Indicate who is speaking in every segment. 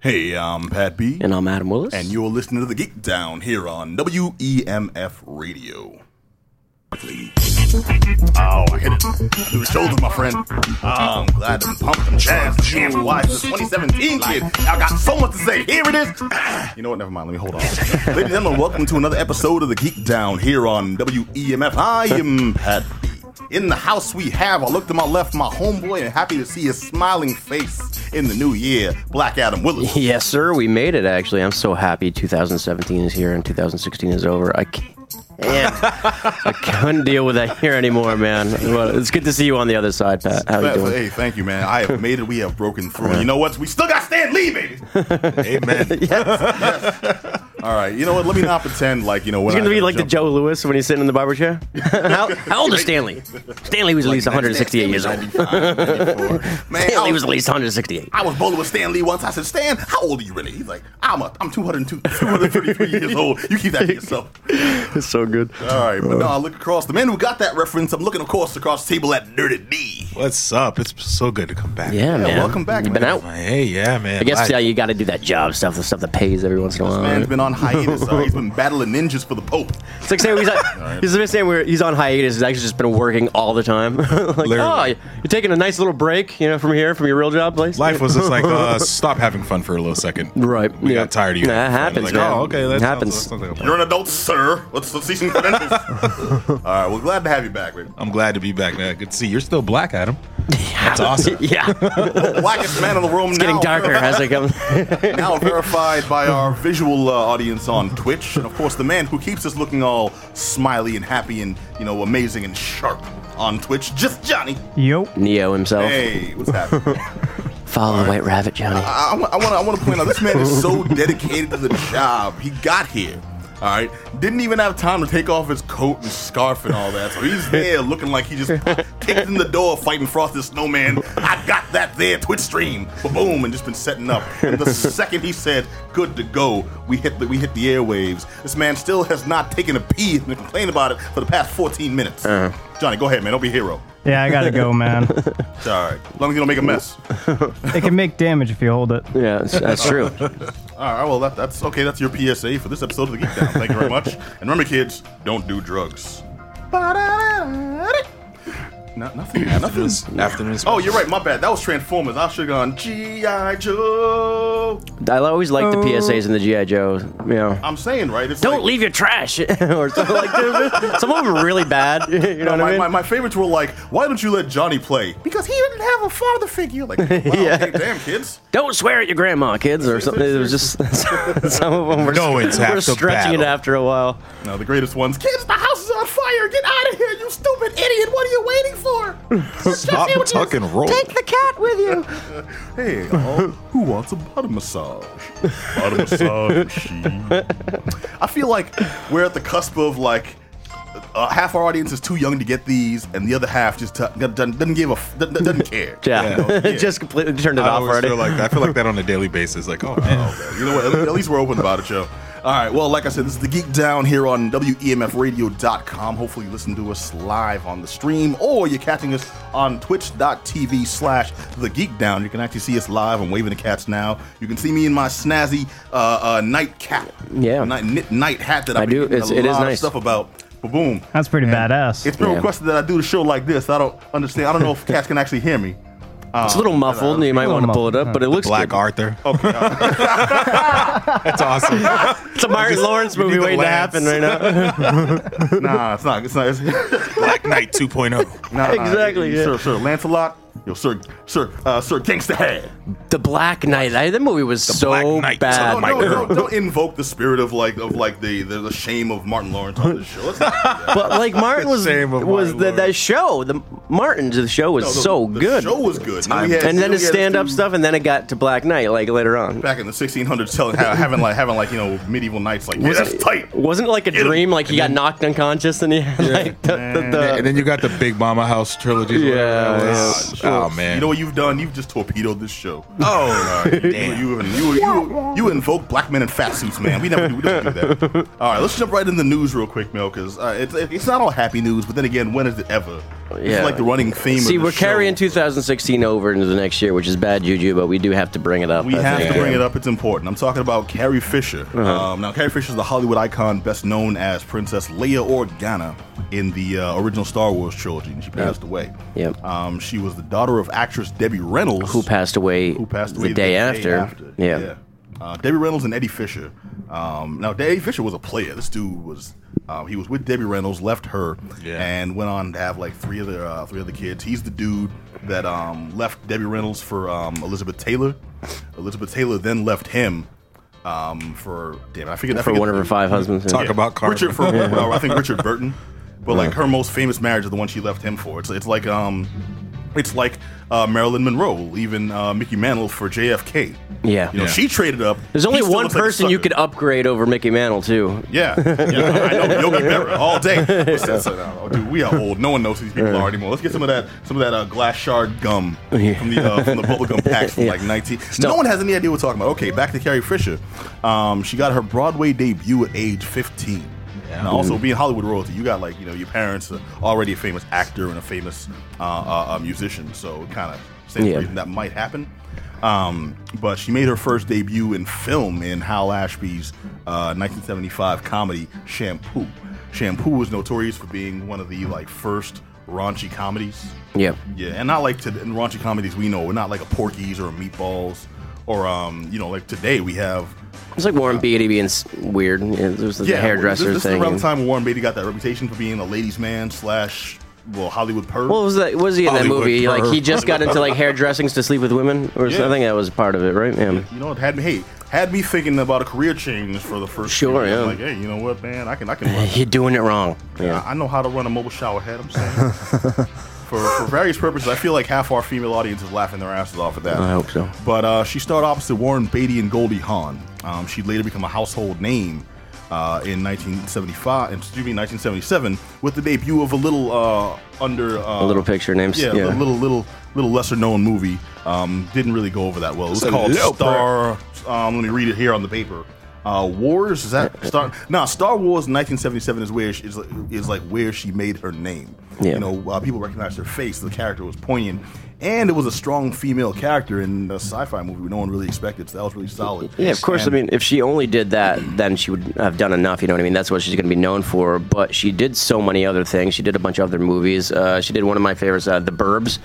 Speaker 1: Hey, I'm Pat B.
Speaker 2: And I'm Adam Willis.
Speaker 1: And you're listening to The Geek Down here on WEMF Radio. Oh, I hit it. It was chosen, my friend. I'm glad to pump them jazz jam wise. This 2017 kid. I got so much to say. Here it is. Ah, You know what? Never mind. Let me hold on. Ladies and gentlemen, welcome to another episode of The Geek Down here on WEMF. I am Pat B. In the house we have, I look to my left, my homeboy, and happy to see his smiling face in the new year, Black Adam Willis.
Speaker 2: Yes, sir. We made it. Actually, I'm so happy. 2017 is here and 2016 is over. I can't. I couldn't deal with that here anymore, man. Well, it's good to see you on the other side, Pat. How you
Speaker 1: Thank-
Speaker 2: doing?
Speaker 1: Hey, thank you, man. I have made it. We have broken through. And you know what? We still got Stan Lee, baby. Amen. All right. You know what? Let me not pretend like you know what.
Speaker 2: He's gonna be like the Joe Lewis when he's sitting in the barber chair. how, how old is Stanley? Stanley was at least 168 years old.
Speaker 1: Man, I
Speaker 2: Stanley
Speaker 1: was,
Speaker 2: was at least 168.
Speaker 1: I was bowling with Stan Lee once. I said, Stan, how old are you really? He's like, I'm a, I'm 202, 233 years old. You keep that to yourself.
Speaker 2: It's so good.
Speaker 1: All right, but no, I look across the man who got that reference. I'm looking, of course, across the table at Dirty D.
Speaker 3: What's up? It's so good to come back.
Speaker 2: Yeah, man.
Speaker 1: welcome back,
Speaker 2: You've been
Speaker 1: man.
Speaker 2: out.
Speaker 3: Hey, yeah, man.
Speaker 2: I guess
Speaker 3: Like,
Speaker 2: yeah, you got to do that job stuff, the stuff that pays every once in a while.
Speaker 1: Man's been on hiatus. Uh, he's been battling ninjas for the Pope.
Speaker 2: It's like saying he's, like, he's been saying we're, he's on hiatus. He's actually just been working all the time. like, oh,
Speaker 3: Literally.
Speaker 2: you're taking a nice little break, you know, from here, from your real job place.
Speaker 3: life was just like, uh, stop having fun for a little second.
Speaker 2: Right.
Speaker 3: We
Speaker 2: yeah.
Speaker 3: got tired of you.
Speaker 2: That
Speaker 3: having
Speaker 2: happens,
Speaker 3: fun. Like,
Speaker 2: man.
Speaker 3: oh, okay. That
Speaker 2: It happens.
Speaker 3: happens. sounds like a
Speaker 1: You're
Speaker 3: plan.
Speaker 1: an adult, sir. Let's, let's see some credentials. All right, well, glad to have you back, man.
Speaker 3: I'm glad to be back, man. Good to see you. you're still black, Adam. That's awesome.
Speaker 2: yeah. It's
Speaker 1: Blackest man in the room now.
Speaker 2: getting darker as I come.
Speaker 1: now verified by our visual uh, audience on Twitch, and of course the man who keeps us looking all smiley and happy and you know amazing and sharp on Twitch, just Johnny.
Speaker 4: Yo.
Speaker 2: Neo himself.
Speaker 1: Hey, what's happening?
Speaker 2: Follow the white rabbit, Johnny.
Speaker 1: I want to I want to point out this man is so dedicated to the job. He got here. All right, didn't even have time to take off his coat and scarf and all that. So he's there looking like he just kicked in the door fighting Frosted Snowman. I got that there Twitch stream, boom, and just been setting up. And the second he said good to go, we hit the we hit the airwaves. This man still has not taken a pee and been complaining about it for the past 14 minutes. Johnny, go ahead, man. Don't be a hero.
Speaker 4: Yeah, I gotta go, man.
Speaker 1: It's all right, as long as you don't make a mess.
Speaker 4: It can make damage if you hold it.
Speaker 2: yeah, that's, that's true.
Speaker 1: All right, well, that, that's okay. That's your PSA for this episode of the Geek Down. Thank you very much. And remember, kids, don't do drugs. Not, nothing. nothing.
Speaker 3: Afternoons. Afternoons.
Speaker 1: Oh, you're right. My bad. That was Transformers. I should have gone G.I. Joe.
Speaker 2: I always like the PSAs and the GI Joe. You know,
Speaker 1: I'm saying, right? It's
Speaker 2: don't
Speaker 1: like-
Speaker 2: leave your trash or something like that. Some of them are really bad. You know what
Speaker 1: my,
Speaker 2: I mean?
Speaker 1: my, my favorites were like, why don't you let Johnny play? Because he didn't have a father figure. Like, wow, okay, damn, kids.
Speaker 2: Don't swear at your grandma, kids, or something. It was just some of them were,
Speaker 3: No, it's half
Speaker 2: were
Speaker 3: the
Speaker 2: stretching it
Speaker 3: battle.
Speaker 2: after a while.
Speaker 1: No, the greatest ones. Kids, the house is on fire. Get out of here, you stupid idiot. What are you waiting for?
Speaker 3: Stop, tuck, and roll.
Speaker 2: the cat with you.
Speaker 1: Hey, all, who wants a bottom massage? Bottom massage machine. I feel like we're at the cusp of like uh, half our audience is too young to get these, and the other half just t- doesn't, doesn't give a f- doesn't, doesn't care. You
Speaker 2: Yeah,
Speaker 1: know, yeah.
Speaker 2: just completely turned it
Speaker 3: I
Speaker 2: off
Speaker 3: always
Speaker 2: already.
Speaker 3: feel like that. I feel like that on a daily basis. Like, oh, man.
Speaker 1: Okay, You know what? At least- At least we're open about it, Joe. All right. Well, like I said, this is the Geek Down here on E WEMFradio.com. Hopefully, you listen to us live on the stream, or you're catching us on twitch.tv slash The Geek Down. You can actually see us live. I'm waving the cats now. You can see me in my snazzy uh, uh, night cap.
Speaker 2: Yeah.
Speaker 1: Night, knit night hat that
Speaker 2: I
Speaker 1: I've been
Speaker 2: do.
Speaker 1: getting
Speaker 2: It's-
Speaker 1: a
Speaker 2: it is
Speaker 1: lot of
Speaker 2: nice.
Speaker 1: stuff about. But boom.
Speaker 4: That's pretty badass.
Speaker 1: It's been
Speaker 2: Yeah.
Speaker 1: requested that I do the show like this. I don't understand. I don't know if cats can actually hear me.
Speaker 2: it's a little muffled, and you might
Speaker 4: little
Speaker 2: want to pull it
Speaker 4: muffled,
Speaker 2: up, but it looks
Speaker 3: Black
Speaker 2: good.
Speaker 3: Arthur. That's awesome.
Speaker 2: It's a Martin Lawrence
Speaker 3: you
Speaker 2: movie
Speaker 3: need the
Speaker 2: waiting to
Speaker 3: lance.
Speaker 2: happen right now.
Speaker 1: nah, it's not. It's not. It's,
Speaker 3: Black Knight oh. 2.0.
Speaker 1: Nah, nah,
Speaker 2: Exactly, yeah.
Speaker 1: Sir, Sir Lancelot. Yo, Sir, Sir, uh, Sir Gangsta Head.
Speaker 2: the Black Knight. I, that movie was
Speaker 3: Black
Speaker 2: so
Speaker 3: Knight.
Speaker 2: bad.
Speaker 3: Oh, my
Speaker 1: no,
Speaker 3: girl.
Speaker 1: Don't, don't invoke the spirit of like of like the the, the shame of Martin Lawrence on this show. Let's not do that.
Speaker 2: But like Martin was
Speaker 3: Shame of
Speaker 2: was
Speaker 3: Martin
Speaker 2: the, that
Speaker 3: Lawrence.
Speaker 2: show. The Martin's the show was
Speaker 1: No, the-
Speaker 2: so
Speaker 1: the
Speaker 2: good.
Speaker 1: show was good. Then we had-
Speaker 2: and then
Speaker 1: we
Speaker 2: his
Speaker 1: had this
Speaker 2: stand up
Speaker 1: dude
Speaker 2: stuff, and then it got to Black Knight like later on.
Speaker 1: Back in the 1600s, telling ha- having like having like you know medieval knights like yeah, that's tight.
Speaker 2: Wasn't it like a
Speaker 1: him.
Speaker 2: dream? Like he got knocked unconscious, and he had like the, the, the,
Speaker 3: And then you got the Big Mama House trilogy.
Speaker 2: Yeah,
Speaker 3: whatever it was.
Speaker 2: yeah.
Speaker 3: Oh, man.
Speaker 1: You know what you've done? You've just torpedoed this show.
Speaker 3: Oh, damn.
Speaker 1: You, you, you, you invoke black men in fat suits, man. We never do, we don't do that. All right, let's jump right in the news real quick, Mel, because uh, it's, it's not all happy news, but then again, when is it ever? It's
Speaker 2: Yeah,
Speaker 1: like the the running theme.
Speaker 2: See,
Speaker 1: of the
Speaker 2: we're
Speaker 1: show.
Speaker 2: carrying 2016 over into the next year, which is bad juju, but we do have to bring it up.
Speaker 1: We
Speaker 2: I
Speaker 1: have
Speaker 2: think.
Speaker 1: to bring it up. It's important. I'm talking about Carrie Fisher.
Speaker 2: Uh-huh.
Speaker 1: Um, now, Carrie Fisher is the Hollywood icon best known as Princess Leia Organa in the uh, original Star Wars trilogy, and she passed away.
Speaker 2: Yep.
Speaker 1: Um, she was the daughter of actress Debbie Reynolds,
Speaker 2: Who passed away?
Speaker 1: who passed
Speaker 2: the
Speaker 1: away
Speaker 2: day, after. Yeah.
Speaker 1: Uh, Debbie Reynolds and Eddie Fisher. Um, now, Eddie Fisher was a player. This dude was. Um, he was with Debbie Reynolds, left her,
Speaker 3: Yeah.
Speaker 1: and went on to have like three other uh, three other kids. He's the dude that um, left Debbie Reynolds for um, Elizabeth Taylor. Elizabeth Taylor then left him um, for damn. I forget I
Speaker 2: for
Speaker 1: forget
Speaker 2: one of
Speaker 1: the-
Speaker 2: her five husbands.
Speaker 3: Talk
Speaker 1: yeah.
Speaker 3: about Carmen.
Speaker 1: Richard for uh, I think Richard Burton, but like her most famous marriage is the one she left him for. It's it's like um, it's like uh, Marilyn Monroe leaving uh, Mickey Mantle for JFK.
Speaker 2: Yeah.
Speaker 1: You know
Speaker 3: Yeah.
Speaker 1: she traded up.
Speaker 2: There's
Speaker 1: He
Speaker 2: only
Speaker 1: still
Speaker 2: one
Speaker 1: looks like a
Speaker 2: person you
Speaker 1: sucker.
Speaker 2: could upgrade over Mickey Mantle too.
Speaker 1: Yeah, yeah, I know Yogi Berra all day. Listen, so now, oh, dude, we are old. No one knows who these people are anymore. Let's get some of that, some of that uh, glass shard gum from the uh, from the bubblegum packs from like 19. No one has any idea what we're talking about. Okay, back to Carrie Fisher. Um, she got her Broadway debut at age 15. Now, also being Hollywood royalty, you got like you know your parents are already a famous actor and a famous uh, uh, uh, musician, so it kind of stands
Speaker 2: Yeah.
Speaker 1: yeah. that might happen. Um, but she made her first debut in film in Hal Ashby's uh, 1975 comedy Shampoo. Shampoo was notorious for being one of the like first raunchy comedies.
Speaker 2: Yeah.
Speaker 1: Yeah, and not like to in raunchy comedies we know, not like a Porky's or a Meatballs or um, you know, like today we have
Speaker 2: It's like Warren Beatty being s- weird. It was the
Speaker 1: well,
Speaker 2: hairdresser
Speaker 1: this, this
Speaker 2: thing.
Speaker 1: is around the time when Warren Beatty got that reputation for being a ladies' man slash well Hollywood perv.
Speaker 2: What was that? Was he in that
Speaker 1: Hollywood
Speaker 2: movie? Like he
Speaker 1: perv.
Speaker 2: just got into like hairdressings to sleep with women or
Speaker 1: Yeah.
Speaker 2: something. That was part of it, right? Yeah.
Speaker 1: you know, it had me hey, had me thinking about a career change for the first.
Speaker 2: Sure,
Speaker 1: year. I'm
Speaker 2: yeah.
Speaker 1: Like, hey, you know what, man? I can, I can. Run.
Speaker 2: You're doing it wrong. Yeah.
Speaker 1: I I know how to run a mobile shower head. I'm saying. For, for various purposes, I feel like half our female audience is laughing their asses off at that.
Speaker 2: I hope so.
Speaker 1: But uh, she starred opposite Warren Beatty and Goldie Hawn. Um, she later became a household name uh, in 1975, excuse me, 1977, with the debut of a little uh, under uh,
Speaker 2: A little picture names.
Speaker 1: yeah,
Speaker 2: Yeah.
Speaker 1: a little little little lesser known movie. Um, didn't really go over that well. It was
Speaker 3: a
Speaker 1: called
Speaker 3: little
Speaker 1: Star. Um, let me read it here on the paper. Uh, Wars is that Star? nah, Star Wars 1977 is where she, is is like where she made her name.
Speaker 2: Yeah.
Speaker 1: You know, uh, people recognized her face. The character was poignant, and it was a strong female character in a sci-fi movie no one really expected. So that was really solid.
Speaker 2: Yeah, of course.
Speaker 1: And-
Speaker 2: I mean, if she only did that, then she would have done enough. You know what I mean? That's what she's going to be known for. But she did so many other things. She did a bunch of other movies. Uh, she did one of my favorites, uh, The Burbs.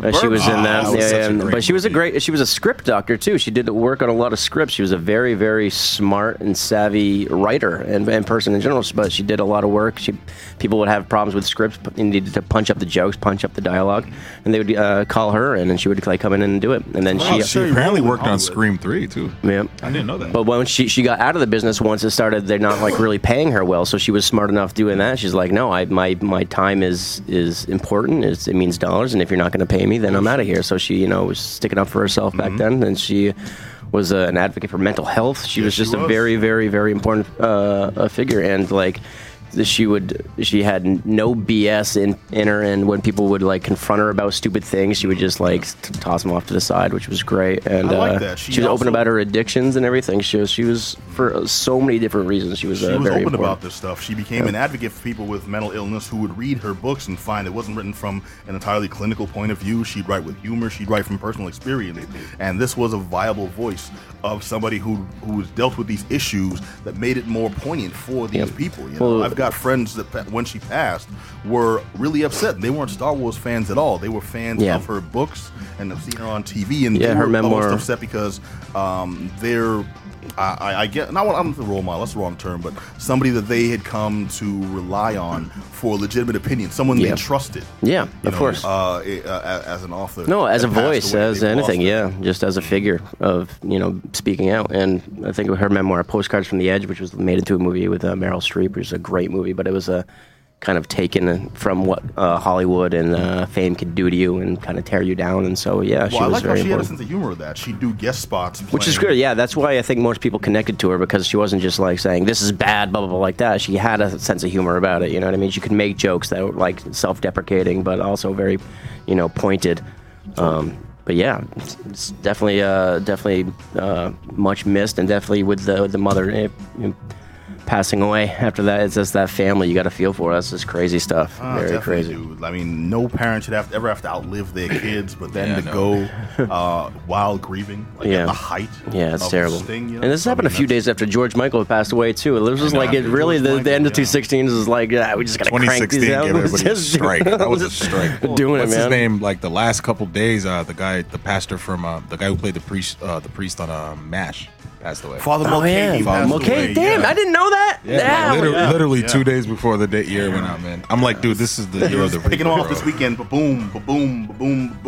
Speaker 2: Uh, she
Speaker 1: Burbs?
Speaker 2: was in
Speaker 1: Ah,
Speaker 2: that,
Speaker 1: that was
Speaker 2: yeah,
Speaker 1: such a
Speaker 2: and-
Speaker 1: great
Speaker 2: but she was a
Speaker 1: movie.
Speaker 2: great. She was a script doctor too. She did work on a lot of scripts. She was a very, very smart and savvy writer and, and person in general. But she did a lot of work. She people would have problems with scripts. but They needed to punch up the jokes, punch up the dialogue, and they would uh, call her in, and she would like come in and do it. And then
Speaker 1: Wow,
Speaker 2: she,
Speaker 1: she-
Speaker 3: She apparently worked on
Speaker 1: Hollywood.
Speaker 3: Scream 3, too.
Speaker 2: yeah.
Speaker 3: I didn't know that.
Speaker 2: But when she, she got out of the business, once it started, they're not like really paying her well. So she was smart enough doing that. She's like, no, I my my time is is important. It's, it means dollars, and if you're not going to pay me, then I'm out of here. So she, you know, was sticking up for herself
Speaker 1: Mm-hmm.
Speaker 2: back then, and she was uh, an advocate for mental health. She
Speaker 1: Yes,
Speaker 2: was just
Speaker 1: she
Speaker 2: a
Speaker 1: was.
Speaker 2: very very very important uh, a figure, and like. She would. She had no BS in, in her, and when people would like confront her about stupid things, she would just like t- toss them off to the side, which was great. And
Speaker 1: I like
Speaker 2: uh,
Speaker 1: that. She
Speaker 2: she was open
Speaker 1: also-
Speaker 2: about her addictions and everything. She was, she was for so many different reasons. She was,
Speaker 1: she
Speaker 2: uh,
Speaker 1: was
Speaker 2: very
Speaker 1: open
Speaker 2: important.
Speaker 1: about this stuff. She became an advocate for people with mental illness who would read her books and find it wasn't written from an entirely clinical point of view. She'd write with humor. She'd write from personal experience, and this was a viable voice of somebody who who's dealt with these issues that made it more poignant for these
Speaker 2: Yeah.
Speaker 1: people. You know,
Speaker 2: Well-
Speaker 1: I've got friends that pa- when she passed were really upset. They weren't Star Wars fans at all. They were fans
Speaker 2: Yeah.
Speaker 1: of her books and of seeing her on TV, and
Speaker 2: Yeah,
Speaker 1: they
Speaker 2: her
Speaker 1: were almost
Speaker 2: memoir.
Speaker 1: upset upset because um, they're I, I, I get not I'm not the role model that's the wrong term but somebody that they had come to rely on for legitimate opinion someone
Speaker 2: Yeah.
Speaker 1: they trusted
Speaker 2: Yeah,
Speaker 1: you
Speaker 2: of course.
Speaker 1: uh, it- uh, as an author
Speaker 2: No, as a
Speaker 1: that passed
Speaker 2: voice,
Speaker 1: away,
Speaker 2: as
Speaker 1: they lost
Speaker 2: anything,
Speaker 1: it.
Speaker 2: yeah, just as a figure of you know speaking out. And I think her memoir, "Postcards from the Edge," which was made into a movie with uh, Meryl Streep, which is a great movie, but it was a kind of taken from what uh, Hollywood and uh, fame could do to you and kind of tear you down. And so, yeah, she
Speaker 1: well I
Speaker 2: was
Speaker 1: like how
Speaker 2: very
Speaker 1: she had a
Speaker 2: important.
Speaker 1: sense of humor with that she'd do guest spots
Speaker 2: Which is good, yeah. That's why I think most people connected to her because she wasn't just like saying this is bad, blah blah blah, like that. She had a sense of humor about it. You know what I mean? She could make jokes that were like self-deprecating, but also very, you know, pointed. Um, but yeah, it's, it's definitely, uh, definitely uh, much missed, and definitely with the the mother eh, you know, passing away. After that, it's just that family you got to feel for. That's just crazy stuff.
Speaker 1: Ah,
Speaker 2: Very
Speaker 1: definitely,
Speaker 2: crazy.
Speaker 1: Dude. I mean, no parent should have to, ever have to outlive their kids, but then
Speaker 3: Yeah,
Speaker 1: to
Speaker 3: no.
Speaker 1: go uh, while grieving, like
Speaker 2: Yeah.
Speaker 1: at the height.
Speaker 2: Yeah, it's
Speaker 1: of
Speaker 2: terrible.
Speaker 1: this thing, you know?
Speaker 2: And this
Speaker 1: I
Speaker 2: happened a
Speaker 1: mean,
Speaker 2: few days after George Michael passed away too. It was just like it
Speaker 1: after
Speaker 2: really
Speaker 1: George
Speaker 2: the, the
Speaker 1: Michael,
Speaker 2: end of
Speaker 1: yeah.
Speaker 2: 2016 is like yeah, we just got to crank
Speaker 3: 2016
Speaker 2: these
Speaker 3: gave
Speaker 2: out. Let's
Speaker 3: everybody a
Speaker 2: just-
Speaker 3: strike. That was a strike.
Speaker 2: Doing it,
Speaker 3: What's
Speaker 2: man.
Speaker 3: his name? Like the last couple days, uh, the guy, the pastor from uh, the guy who played the priest, uh, the priest on uh, Mash, passed away.
Speaker 1: Father
Speaker 2: Oh yeah,
Speaker 1: Mulcahy passed
Speaker 2: okay.
Speaker 1: away,
Speaker 2: Damn,
Speaker 1: yeah.
Speaker 2: I didn't know that.
Speaker 3: Yeah, like, literally,
Speaker 2: yeah.
Speaker 3: literally two
Speaker 1: Yeah.
Speaker 3: days before the date year went out, man. I'm like, dude, this is the
Speaker 1: He
Speaker 3: year of
Speaker 1: was
Speaker 3: the
Speaker 1: picking them
Speaker 3: reaper,
Speaker 1: off this
Speaker 3: bro.
Speaker 1: weekend. Ba boom, ba boom, ba boom, ba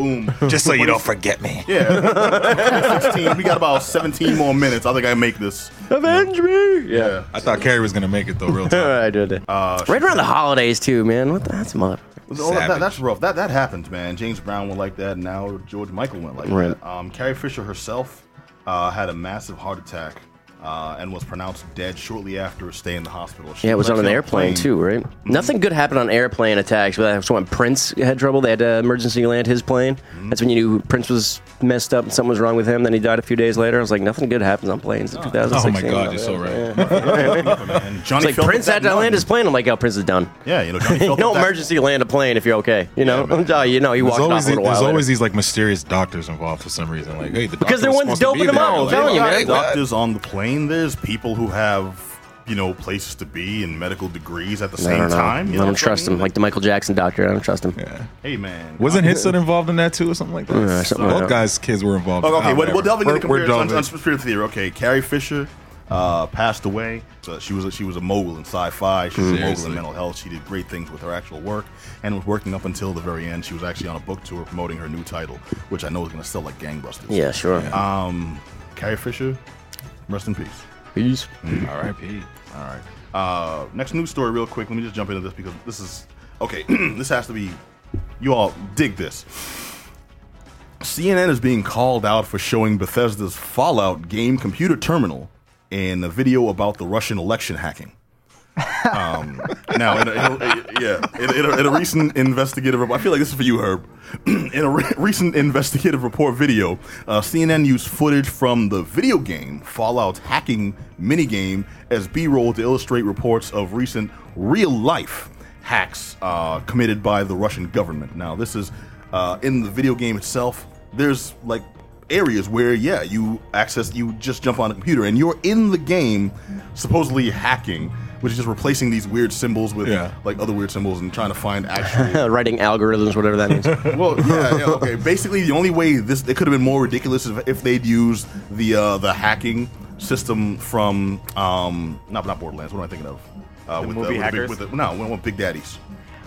Speaker 1: boom.
Speaker 3: Just so you don't forget me.
Speaker 1: Yeah, 16. We got about 17 more minutes. I think I make this.
Speaker 2: Avenge me. Yeah.
Speaker 1: Yeah.
Speaker 3: I thought Carrie was gonna make it though, real time.
Speaker 2: I did it.
Speaker 1: Uh,
Speaker 2: right around the holidays too, man. What the, that's a mother.
Speaker 1: Oh, that-
Speaker 3: Savage.
Speaker 1: that's rough. That that happens, man. James Brown went like that, and now George Michael went like
Speaker 2: Right.
Speaker 1: that. Um, Carrie Fisher herself uh, had a massive heart attack uh, and was pronounced dead shortly after her stay in the hospital. She
Speaker 2: Yeah, it was on an
Speaker 1: actually
Speaker 2: airplane
Speaker 1: plane.
Speaker 2: too, right? Nothing good happened on airplane attacks, but that's when Prince had trouble. They had to emergency land his plane. That's when you knew Prince was messed up and something was wrong with him. Then he died a few days later. I was like, nothing good happens on planes in
Speaker 3: Oh
Speaker 2: 2016.
Speaker 3: my god, you're so right.
Speaker 1: And Johnny
Speaker 2: It's like
Speaker 1: felt
Speaker 2: Prince
Speaker 1: that
Speaker 2: had to land
Speaker 1: none.
Speaker 2: his plane. I'm like, oh, Prince is done.
Speaker 1: Yeah, you know, Johnny felt
Speaker 2: No
Speaker 1: that-
Speaker 2: emergency land a plane if you're okay. You know, oh, you know, he
Speaker 3: There's
Speaker 2: walked off
Speaker 3: always,
Speaker 2: a
Speaker 3: these,
Speaker 2: little while.
Speaker 3: there's
Speaker 2: later.
Speaker 3: always these like mysterious doctors involved for some reason. Like, hey, the
Speaker 2: Because
Speaker 3: doctor
Speaker 2: they're
Speaker 3: was
Speaker 2: ones
Speaker 3: supposed to
Speaker 2: doping
Speaker 3: be
Speaker 2: them
Speaker 3: there.
Speaker 2: out, I'm
Speaker 3: Like,
Speaker 2: telling you,
Speaker 3: all
Speaker 2: man.
Speaker 3: right, well,
Speaker 1: doctors on the plane. There's people who have you know places to be and medical degrees at the
Speaker 2: I
Speaker 1: same
Speaker 2: don't know.
Speaker 1: time. You
Speaker 2: I
Speaker 1: know
Speaker 2: don't
Speaker 1: what
Speaker 2: trust
Speaker 1: mean?
Speaker 2: him. Like the Michael Jackson doctor, I don't trust him.
Speaker 1: hey man,
Speaker 3: Wasn't his son involved in that too, or something like that?
Speaker 2: Yeah, something like
Speaker 3: Both
Speaker 2: that.
Speaker 3: guys' kids were involved.
Speaker 1: Oh, okay,
Speaker 3: Ah,
Speaker 1: we're, we're
Speaker 3: whatever.
Speaker 1: delving into
Speaker 3: We're- we're
Speaker 1: comparisons
Speaker 3: delving.
Speaker 1: on conspiracy theory. Okay, Carrie Fisher uh, passed away. So she was a, she was a mogul in sci-fi. She was a mogul
Speaker 3: Seriously.
Speaker 1: in mental health. She did great things with her actual work and was working up until the very end. She was actually on a book tour promoting her new title, which I know is going to sell like gangbusters. Um,
Speaker 2: Yeah, sure.
Speaker 1: Carrie Fisher, rest in peace.
Speaker 2: Peace.
Speaker 3: R.I.P.
Speaker 1: All right. Uh, next news story, real quick. Let me just jump into this because this is okay. this has to be. You all dig this. CNN is being called out for showing Bethesda's Fallout game computer terminal in a video about the Russian election hacking. Um, now, in a, in a- yeah, in, in a, in a recent investigative report, I feel like this is for you, Herb. in a re- recent investigative report video, uh, CNN used footage from the video game Fallout's hacking minigame as B-roll to illustrate reports of recent real-life hacks uh, committed by the Russian government. Now, this is uh, in the video game itself. There's like areas where yeah you access you just jump on a computer and you're in the game supposedly hacking which is just replacing these weird symbols with
Speaker 3: Yeah.
Speaker 1: like other weird symbols and trying to find actual
Speaker 2: Uh, writing algorithms, whatever that means.
Speaker 1: well yeah, yeah okay basically the only way this it could have been more ridiculous if, if they'd used the uh the hacking system from um not not borderlands what am i thinking of uh, with,
Speaker 5: movie
Speaker 1: the big,
Speaker 5: hackers?
Speaker 1: with the, no, we want Big Daddies.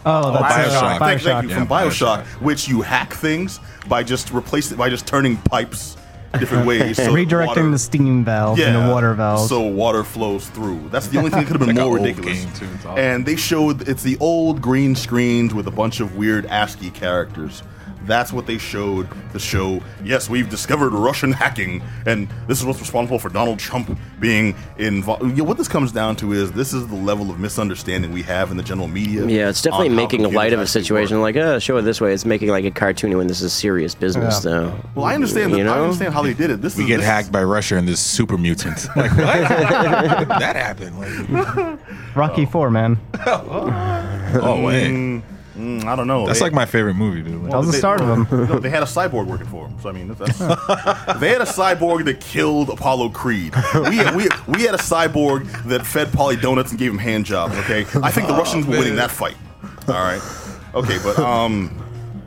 Speaker 4: Oh, that's uh,
Speaker 3: Bioshock.
Speaker 1: Thank, thank you
Speaker 3: Yeah,
Speaker 1: from Bioshock, which you hack things by just replacing by just turning pipes different ways. so that
Speaker 4: Redirecting
Speaker 1: water-
Speaker 4: the steam valve and the water valve.
Speaker 1: so water flows through. That's the only thing that could have been
Speaker 3: Like an
Speaker 1: more
Speaker 3: old
Speaker 1: ridiculous.
Speaker 3: game, too. It's awesome.
Speaker 1: And they showed it's the old green screens with a bunch of weird ASCII characters. That's what they showed to show. Yes, we've discovered Russian hacking, and this is what's responsible for Donald Trump being involved. what this comes down to is this is the level of misunderstanding we have in the general media.
Speaker 2: Yeah, it's definitely
Speaker 1: on how
Speaker 2: making
Speaker 1: computers
Speaker 2: light of a
Speaker 1: actually
Speaker 2: situation.
Speaker 1: work.
Speaker 2: Like, uh, show it this way. It's making like a cartoony when this is serious business,
Speaker 4: Yeah.
Speaker 2: though.
Speaker 1: Well, I understand.
Speaker 2: You
Speaker 1: that, I
Speaker 2: know?
Speaker 1: understand how they did it. This
Speaker 3: We
Speaker 1: is,
Speaker 3: get
Speaker 1: this
Speaker 3: hacked by Russia and this super mutant. Like what? that happened. Like,
Speaker 4: Rocky Four, man.
Speaker 3: oh hey,
Speaker 1: Is, mm, I don't know.
Speaker 3: that's
Speaker 1: They-
Speaker 3: like my favorite movie, dude. Like,
Speaker 4: That was the
Speaker 1: They-
Speaker 4: start of them.
Speaker 1: No, they had a cyborg working for them. So I mean, that's, that's- they had a cyborg that killed Apollo Creed. We had, we, we had a cyborg that fed Polly donuts and gave him hand jobs. Okay, I think the Russians were winning that fight. All right, okay, but um,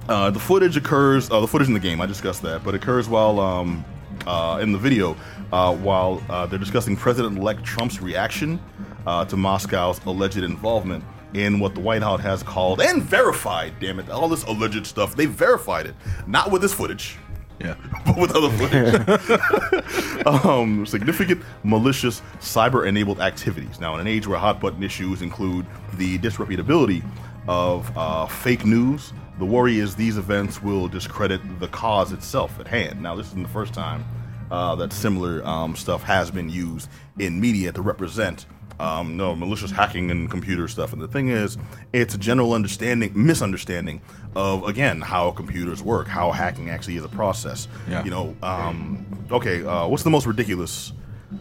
Speaker 1: uh, the footage occurs. Uh, the footage in the game, I discussed that, but occurs while um, uh, in the video uh, while uh, they're discussing President-elect Trump's reaction uh, to Moscow's alleged involvement in what the White House has called and verified. Damn it, all this alleged stuff they verified it, not with this footage
Speaker 3: yeah.
Speaker 1: with other footage. um, significant malicious cyber enabled activities. Now, in an age where hot button issues include the disreputability of uh, fake news, the worry is these events will discredit the cause itself at hand. Now, this isn't the first time uh, that similar um, stuff has been used in media to represent. Um, no malicious hacking and computer stuff, and the thing is, it's a general understanding, misunderstanding of again how computers work, how hacking actually is a process.
Speaker 3: Yeah.
Speaker 1: You know, um, okay, uh, what's the most ridiculous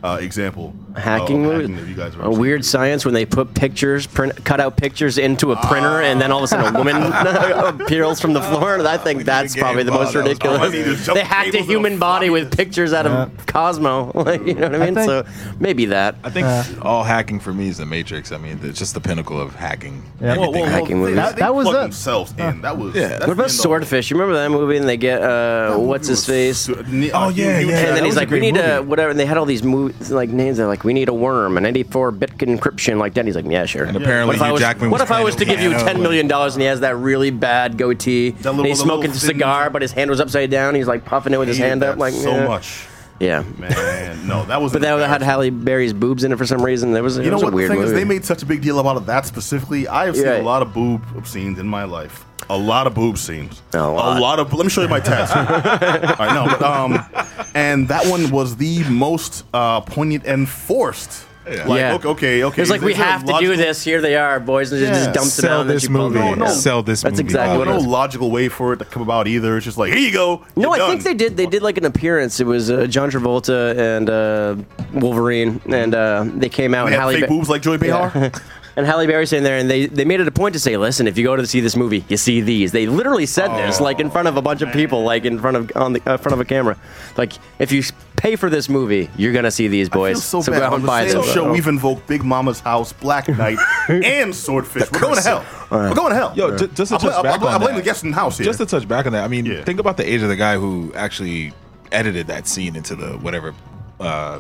Speaker 1: uh, example. of
Speaker 2: Hacking movie.
Speaker 1: Oh, that you guys were
Speaker 2: a weird science when they put pictures, print, cut out pictures into a
Speaker 1: Ah.
Speaker 2: printer, and then all of a sudden a woman appears from the floor. And I think
Speaker 3: did
Speaker 2: that's
Speaker 3: again.
Speaker 2: probably the
Speaker 3: Wow,
Speaker 2: most
Speaker 3: that was
Speaker 2: ridiculous.
Speaker 1: crazy. Just jump
Speaker 2: They hacked a
Speaker 1: cables and
Speaker 2: human
Speaker 1: a
Speaker 2: body
Speaker 1: fly.
Speaker 2: with pictures out of Cosmo. Like, you know what I
Speaker 4: I
Speaker 2: mean?
Speaker 4: think-
Speaker 2: so maybe that.
Speaker 3: I think all hacking for me is the Matrix. I mean, it's just the pinnacle of hacking.
Speaker 4: Yeah. Whoa,
Speaker 3: Everything
Speaker 1: Whoa, whoa,
Speaker 3: hacking.
Speaker 2: hacking
Speaker 1: they-
Speaker 2: movies.
Speaker 1: That,
Speaker 4: That was
Speaker 1: was
Speaker 4: a-
Speaker 1: themselves in. That was.
Speaker 3: Yeah.
Speaker 1: that's
Speaker 3: What
Speaker 2: What about
Speaker 1: the end all.
Speaker 2: Swordfish? You remember that movie? And they get uh,
Speaker 1: That
Speaker 2: what's
Speaker 1: movie
Speaker 2: his
Speaker 1: was
Speaker 2: face?
Speaker 1: su- ne-
Speaker 3: Oh,
Speaker 1: uh,
Speaker 3: yeah,
Speaker 1: huge.
Speaker 3: yeah.
Speaker 2: and
Speaker 3: that
Speaker 2: then he's
Speaker 3: was a
Speaker 2: like, "We
Speaker 3: great
Speaker 2: need a
Speaker 3: movie.
Speaker 2: whatever." And they had all these movies like names. They're like, "We need a worm, an 84-bit encryption." Like that. He's like, "Yeah, sure."
Speaker 3: And apparently
Speaker 2: what if I
Speaker 3: Hugh
Speaker 2: was,
Speaker 3: Jackman
Speaker 2: what
Speaker 3: was
Speaker 2: if I
Speaker 3: playing
Speaker 2: was to give you
Speaker 3: piano,
Speaker 2: ten million dollars and he has that really bad goatee?
Speaker 1: That little-
Speaker 2: and he's
Speaker 1: the little
Speaker 2: smoking a
Speaker 1: thin-
Speaker 2: cigar, but his hand was upside down. He's like puffing it with his
Speaker 1: Hated
Speaker 2: hand up,
Speaker 1: that
Speaker 2: like
Speaker 1: so
Speaker 2: yeah.
Speaker 1: much.
Speaker 2: Yeah,
Speaker 1: Man, no, that was.
Speaker 2: but that had Halle Berry's boobs in it for some reason. There was, it
Speaker 1: You know
Speaker 2: was
Speaker 1: what
Speaker 2: a
Speaker 1: the
Speaker 2: weird
Speaker 1: thing is?
Speaker 2: movie.
Speaker 1: They made such a big deal about it that specifically. I have seen
Speaker 2: Yeah.
Speaker 1: a lot of boob scenes in my life. A lot of boob scenes.
Speaker 2: A lot.
Speaker 1: of. Let me show you my tats. I know. But, um, and that one was the most uh, poignant and forced.
Speaker 3: Yeah.
Speaker 1: Like,
Speaker 2: yeah.
Speaker 1: okay, okay, okay.
Speaker 2: It's like
Speaker 1: is
Speaker 2: we
Speaker 1: there a
Speaker 2: have to do
Speaker 1: logical-
Speaker 2: this. Here they are, boys, and just
Speaker 1: Yeah.
Speaker 2: dumps them out.
Speaker 3: Sell
Speaker 2: and then
Speaker 3: this
Speaker 2: she pulls
Speaker 3: movie.
Speaker 2: them.
Speaker 1: No, no.
Speaker 3: Sell this
Speaker 2: That's
Speaker 3: movie.
Speaker 2: exactly what it
Speaker 1: no
Speaker 3: Bobby.
Speaker 2: is.
Speaker 1: logical way for it to come about either. It's just like, here you go.
Speaker 2: No,
Speaker 1: you're
Speaker 2: I
Speaker 1: done.
Speaker 2: think they did. They did like an appearance. It was uh, John Travolta and uh, Wolverine, and uh, they came out
Speaker 1: They
Speaker 2: and
Speaker 1: had
Speaker 2: Halle,
Speaker 1: fake
Speaker 2: Ba-
Speaker 1: boobs like Joy Behar.
Speaker 2: and Halle Berry's in there, and they, they made it a point to say, "Listen, if you go to see this movie, you see these." They literally said
Speaker 1: Oh.
Speaker 2: this, like in front of a bunch of people, like in front of on the uh, front of a camera, like if you s- pay for this movie, you're gonna see these
Speaker 1: I feel
Speaker 2: boys.
Speaker 1: so,
Speaker 2: go
Speaker 1: bad.
Speaker 2: out
Speaker 1: On
Speaker 2: and buy
Speaker 1: the same
Speaker 2: them.
Speaker 1: show, we've invoked Big Mama's House, Black Knight, and Swordfish. We're going to hell. We're going to hell.
Speaker 3: Yo, ju- just to
Speaker 1: I, bl-
Speaker 3: touch
Speaker 1: I, bl-
Speaker 3: back
Speaker 1: I, bl-
Speaker 3: on
Speaker 1: I blame
Speaker 3: that.
Speaker 1: the guests in the house here.
Speaker 3: Just to touch back on that, I mean,
Speaker 1: Yeah.
Speaker 3: think about the age of the guy who actually edited that scene into the whatever, uh,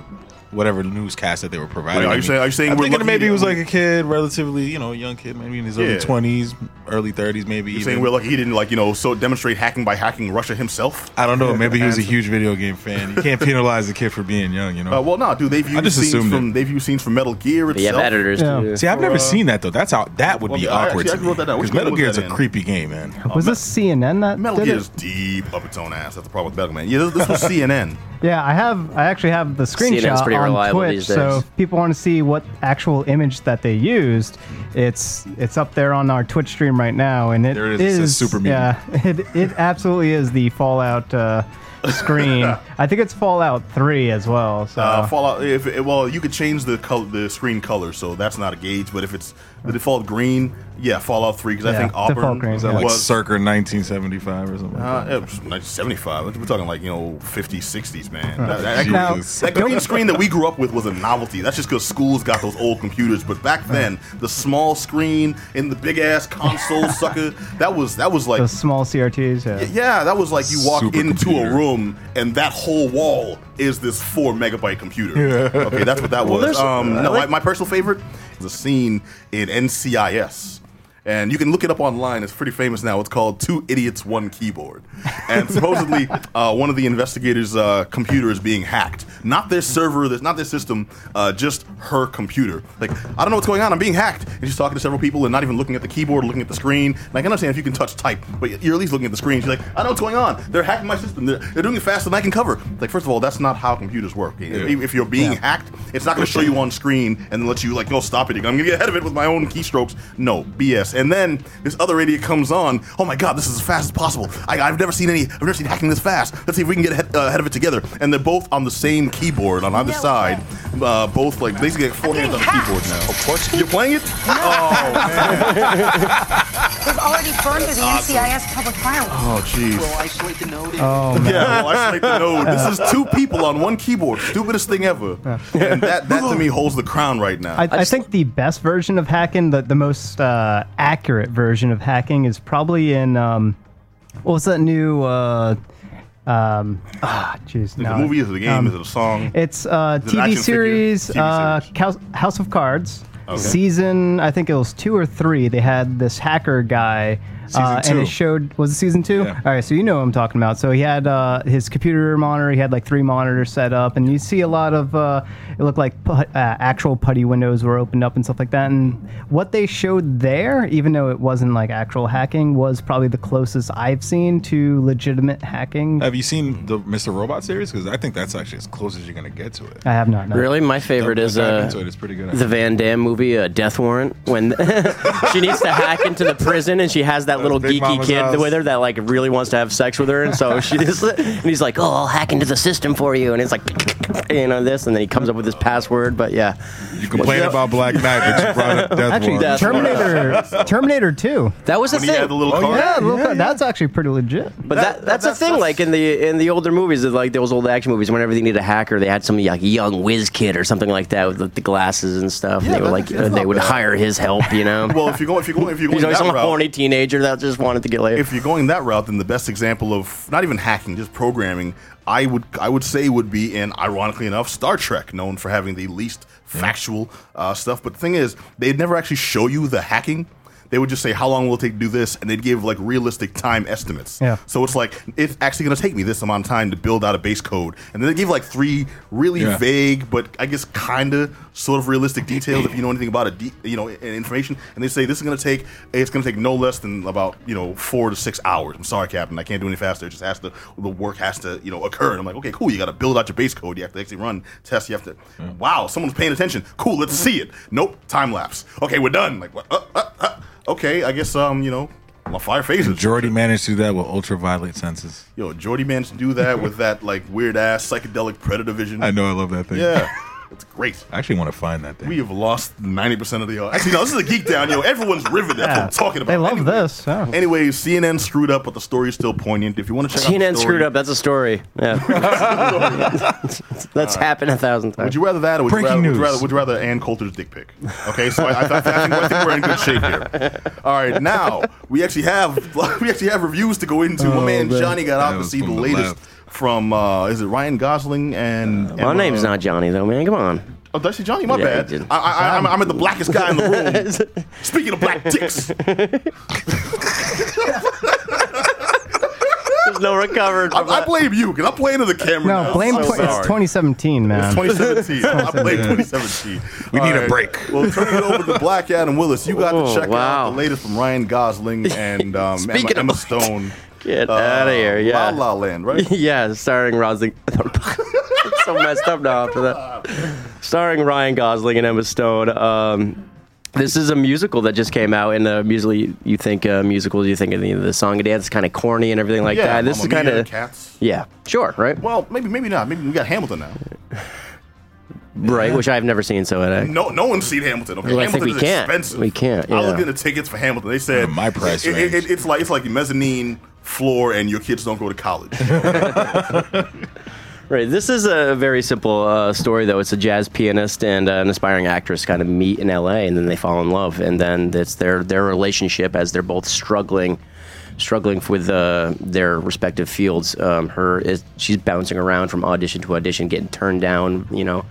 Speaker 3: whatever newscast that they were providing.
Speaker 1: Wait, are
Speaker 3: I
Speaker 1: you saying- are you saying
Speaker 3: I'm
Speaker 1: we're
Speaker 3: thinking
Speaker 1: lucky
Speaker 3: maybe he was
Speaker 1: that
Speaker 3: like a kid, relatively, you know, young kid, maybe in his
Speaker 1: Yeah.
Speaker 3: early twenties, early thirties, maybe.
Speaker 1: You're
Speaker 3: even.
Speaker 1: saying we're lucky he didn't like you know so demonstrate hacking by hacking Russia himself.
Speaker 3: I don't know. Maybe he was a huge video game fan. You can't penalize a kid for being young, you know.
Speaker 1: Uh, well, no, dude, they've used
Speaker 3: just
Speaker 1: scenes
Speaker 3: assumed
Speaker 1: from
Speaker 3: it.
Speaker 1: they've used scenes from Metal Gear
Speaker 2: You
Speaker 1: itself.
Speaker 2: have editors.
Speaker 4: Yeah.
Speaker 2: too.
Speaker 3: See, I've never seen that though. That's how that would
Speaker 1: uh, Well,
Speaker 3: be
Speaker 1: I actually-
Speaker 3: awkward
Speaker 1: I
Speaker 3: to
Speaker 1: wrote that down.
Speaker 3: because
Speaker 1: Which game
Speaker 3: Metal
Speaker 1: was
Speaker 3: Gear's
Speaker 1: that
Speaker 3: a
Speaker 1: in?
Speaker 3: creepy game, man.
Speaker 4: Was this CNN that
Speaker 1: Metal
Speaker 4: did
Speaker 1: Gear
Speaker 4: it?
Speaker 1: is deep up its own ass. That's the problem with Metal Man. Yeah, this, this was CNN.
Speaker 4: Yeah, I have. I actually have the
Speaker 2: CNN's
Speaker 4: screenshot
Speaker 2: pretty
Speaker 4: on
Speaker 2: reliable
Speaker 4: Twitch.
Speaker 2: these
Speaker 4: So
Speaker 2: days.
Speaker 4: if people want to see what actual image that they used, it's it's up there on our Twitch stream right now, and it
Speaker 3: There it is. It says Super Mutant.
Speaker 4: Yeah, it it absolutely is the Fallout uh, screen. I think it's Fallout Three as well. So
Speaker 1: Uh,
Speaker 3: Uh-huh.
Speaker 1: Fallout. If it, well, you could change the color, the screen color, so that's not a gauge. But if it's the default green, yeah, Fallout Three, because I
Speaker 4: Yeah,
Speaker 1: think
Speaker 4: default
Speaker 1: Auburn
Speaker 4: green,
Speaker 1: was
Speaker 4: yeah.
Speaker 3: Like
Speaker 1: was-
Speaker 3: circa 1975 or something. Like
Speaker 1: Uh, it was 1975. We're talking like, you know, 50s, 60s, man. That, that, that,
Speaker 3: Now-
Speaker 1: that computer screen that we grew up with was a novelty. That's just because schools got those old computers. But back then, the small screen and the big ass console sucker, that was that was like,
Speaker 4: those small CRTs. Yeah.
Speaker 1: yeah, that was like you walk
Speaker 3: Super
Speaker 1: into
Speaker 3: computer.
Speaker 1: a room and that whole wall is this four megabyte computer. Okay, that's what that was.
Speaker 2: there's-
Speaker 1: Um,
Speaker 2: I
Speaker 1: no,
Speaker 2: like-
Speaker 1: my, my personal favorite is a scene in NCIS. And you can look it up online. It's pretty famous now. It's called Two Idiots, One Keyboard. And supposedly, uh, one of the investigators' uh, computer is being hacked. Not their server, there's not their system, uh, just her computer. Like, I don't know what's going on. I'm being hacked. And she's talking to several people and not even looking at the keyboard, looking at the screen. And I can understand if you can touch type, but you're at least looking at the screen. She's like, I know what's going on. They're hacking my system. They're, they're doing it faster than I can cover. Like, first of all, that's not how computers work. If- If you're being
Speaker 4: Yeah.
Speaker 1: hacked, it's not going to show you on screen and let you like, no, stop it. I'm going to get ahead of it with my own keystrokes. No, BS. And then this other idiot comes on. Oh my God, this is as fast as possible. I, I've never seen any. I've never seen hacking this fast. Let's see if we can get ahead, uh, ahead of it together. And they're both on the same keyboard on either side. Uh, both like basically like four hands on the keyboard now. Of course, you're playing it. Oh man.
Speaker 5: They've already burned through the NCIS public firewall.
Speaker 1: Oh jeez.
Speaker 6: We'll isolate the node. and-
Speaker 4: Oh man.
Speaker 1: Yeah, well, I like the node. This is two people on one keyboard. Stupidest thing ever. And that, that to me holds the crown right now.
Speaker 4: I, I, think the best version of hacking, the, the most uh, accurate version of hacking, is probably in um, what was that new? Uh, um, ah, jeez, no.
Speaker 1: the movie is it a game?
Speaker 4: Um,
Speaker 1: is it a song?
Speaker 4: It's a
Speaker 1: an action
Speaker 4: TV
Speaker 1: figure?
Speaker 4: series,
Speaker 1: TV
Speaker 4: uh,
Speaker 1: series.
Speaker 4: Cows- House of Cards.
Speaker 1: Okay.
Speaker 4: Season, I think it was two or three. They had this hacker guy, uh,
Speaker 3: Season
Speaker 4: and it
Speaker 3: two.
Speaker 4: showed was it season two?
Speaker 3: Yeah.
Speaker 4: All right, so you know what I'm talking about. So he had uh, his computer monitor. He had like three monitors set up, and you see a lot of uh, it looked like put, uh, actual putty windows were opened up and stuff like that. And what they showed there, even though it wasn't like actual hacking, was probably the closest I've seen to legitimate hacking.
Speaker 3: Have you
Speaker 1: Mm-hmm.
Speaker 3: seen the Mr. Robot series? Because I think that's actually as close as you're gonna get to it.
Speaker 4: I have not. no.
Speaker 2: Really, my favorite
Speaker 3: Don't
Speaker 2: is
Speaker 3: look back
Speaker 2: uh,
Speaker 3: into it. It's pretty good,
Speaker 2: the Van Damme movie, uh, Death Warrant, when she needs to hack into the prison and she has that that little
Speaker 3: Big
Speaker 2: geeky
Speaker 3: Mama's
Speaker 2: kid
Speaker 3: house.
Speaker 2: with her that like really wants to have sex with her, and so she's and he's like, "Oh, I'll hack into the system for you," and it's like, you know, this, and then he comes up with his password. But yeah,
Speaker 3: You complain
Speaker 2: Yep.
Speaker 3: about Black Knight, but you brought up Death
Speaker 4: Actually,
Speaker 3: Actually,
Speaker 2: Death-
Speaker 4: Terminator, Terminator Two.
Speaker 2: that was the
Speaker 1: When he had the
Speaker 2: thing.
Speaker 1: little car.
Speaker 4: Yeah, look, that's actually pretty legit.
Speaker 2: But that, that's the thing. like in the in the older movies, like those old action movies, whenever they needed a hacker, they had some like young whiz kid or something like that with the, the glasses and stuff. and they would
Speaker 1: that-
Speaker 2: like
Speaker 1: it's
Speaker 2: uh, they
Speaker 1: not
Speaker 2: would
Speaker 1: bad.
Speaker 2: hire his help. You know,
Speaker 1: Well, if you're going, if you're going, if you're going
Speaker 2: he's always
Speaker 1: that
Speaker 2: some
Speaker 1: route,
Speaker 2: horny teenager that just wanted to get laid.
Speaker 1: if you're going that route, then the best example of not even hacking, just programming, I would I would say would be in ironically enough Star Trek, known for having the least factual uh, stuff. But the thing is, they'd never actually show you the hacking. They would just say how long will it take to do this, and they'd give like realistic time estimates.
Speaker 4: Yeah.
Speaker 1: So it's like it's actually going to take me this amount of time to build out a base code, and then they give like three really
Speaker 3: Yeah.
Speaker 1: vague, but I guess kind of sort of realistic details if you know anything about a de- you know i- information. And they say this is going to take it's going to take no less than about you know four to six hours. I'm sorry, Captain, I can't do any faster. It just has to the work has to you know occur. And I'm like, okay, cool. You got to build out your base code. You have to actually run tests. You have to. Wow, someone's paying attention. Cool, let's see it. Nope, time lapse. Okay, we're done. Like what? Uh, uh, uh. Okay, I guess um you know. My fire phases.
Speaker 3: Jordy managed to do that with ultraviolet senses.
Speaker 1: Yo, Jordy managed to do that with that like weird ass psychedelic predator vision.
Speaker 3: I know, I love that thing.
Speaker 1: Yeah, it's great.
Speaker 3: I actually want to find that thing.
Speaker 1: We have lost ninety percent of the audience. Actually, no, this is a geek down, yo. Everyone's riveted. That's what I'm talking about.
Speaker 4: They love
Speaker 1: Anyway-
Speaker 4: this. Oh. yeah.
Speaker 1: Anyways, CNN screwed up, but the story is still poignant. If you want to check out the
Speaker 2: CNN
Speaker 1: story-
Speaker 2: screwed up. That's a story. Yeah. That's happened a thousand times.
Speaker 1: Would you rather that, or would you
Speaker 3: Breaking
Speaker 1: rather, would you
Speaker 3: news.
Speaker 1: rather, would you rather Ann Coulter's dick pic? Okay, so I, I, I, think, I think we're in good shape here. All right, now we actually have we actually have reviews to go into. My man Johnny got
Speaker 3: That
Speaker 1: out to
Speaker 3: was
Speaker 1: see the
Speaker 3: from the
Speaker 1: latest from uh, is it Ryan Gosling and
Speaker 2: My
Speaker 1: and,
Speaker 2: name's
Speaker 1: uh,
Speaker 2: not Johnny though, man. Come on.
Speaker 1: Oh, that's Johnny. My
Speaker 2: Yeah,
Speaker 1: bad.
Speaker 2: you did.
Speaker 1: I, I, I'm, I'm the blackest guy in the room. Speaking of black dicks,
Speaker 2: There's no recovering.
Speaker 1: I, I blame you because I'm playing to the camera. now.
Speaker 4: No, blame
Speaker 1: I'm
Speaker 4: tw-
Speaker 1: so
Speaker 4: it's
Speaker 1: sorry.
Speaker 4: 2017, man.
Speaker 1: It's 2017. I blame 2017.
Speaker 3: We need a
Speaker 1: Alright.
Speaker 3: break.
Speaker 1: Well, turn it over to Black Adam Willis. You got
Speaker 2: Oh,
Speaker 1: to check
Speaker 2: wow.
Speaker 1: out the latest from Ryan Gosling and um, Emma,
Speaker 2: Speaking of
Speaker 1: Emma
Speaker 2: black-
Speaker 1: Stone. Uh,
Speaker 2: Get outta here, yeah.
Speaker 1: La La Land, right?
Speaker 2: yeah, starring Rosling. It's so messed up now after that. Starring Ryan Gosling and Emma Stone. Um, this is a musical that just came out, and uh, usually you think uh, musicals, you think of the, the song and dance is kind of corny and everything like that. This
Speaker 1: Mamma Mia,
Speaker 2: is kind of
Speaker 1: cats.
Speaker 2: yeah, sure, right,
Speaker 1: Well, maybe maybe not. Maybe we got Hamilton now.
Speaker 2: right, which I've never seen. So it,
Speaker 1: No, no one's seen Hamilton. Okay,
Speaker 2: Well, I
Speaker 1: Hamilton
Speaker 2: think we
Speaker 1: is
Speaker 2: can't.
Speaker 1: expensive.
Speaker 2: We can't,
Speaker 1: I
Speaker 2: yeah.
Speaker 1: looked at the tickets for Hamilton. They said
Speaker 3: Uh, my price
Speaker 1: It, it,
Speaker 3: range.
Speaker 1: it, it's like it's like mezzanine floor, and your kids don't go to college.
Speaker 2: Right. This is a very simple uh, story, though. It's a jazz pianist and uh, an aspiring actress kind of meet in L.A. and then they fall in love, and then it's their their relationship as they're both struggling, struggling with uh, their respective fields. Um, her is she's bouncing around from audition to audition, getting turned down. You know,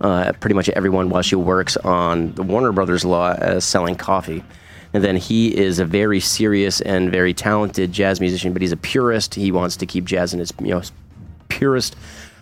Speaker 2: uh, pretty much everyone while she works on the Warner Brothers law uh, selling coffee. And then he is a very serious and very talented jazz musician, but he's a purist. He wants to keep jazz in its you know purest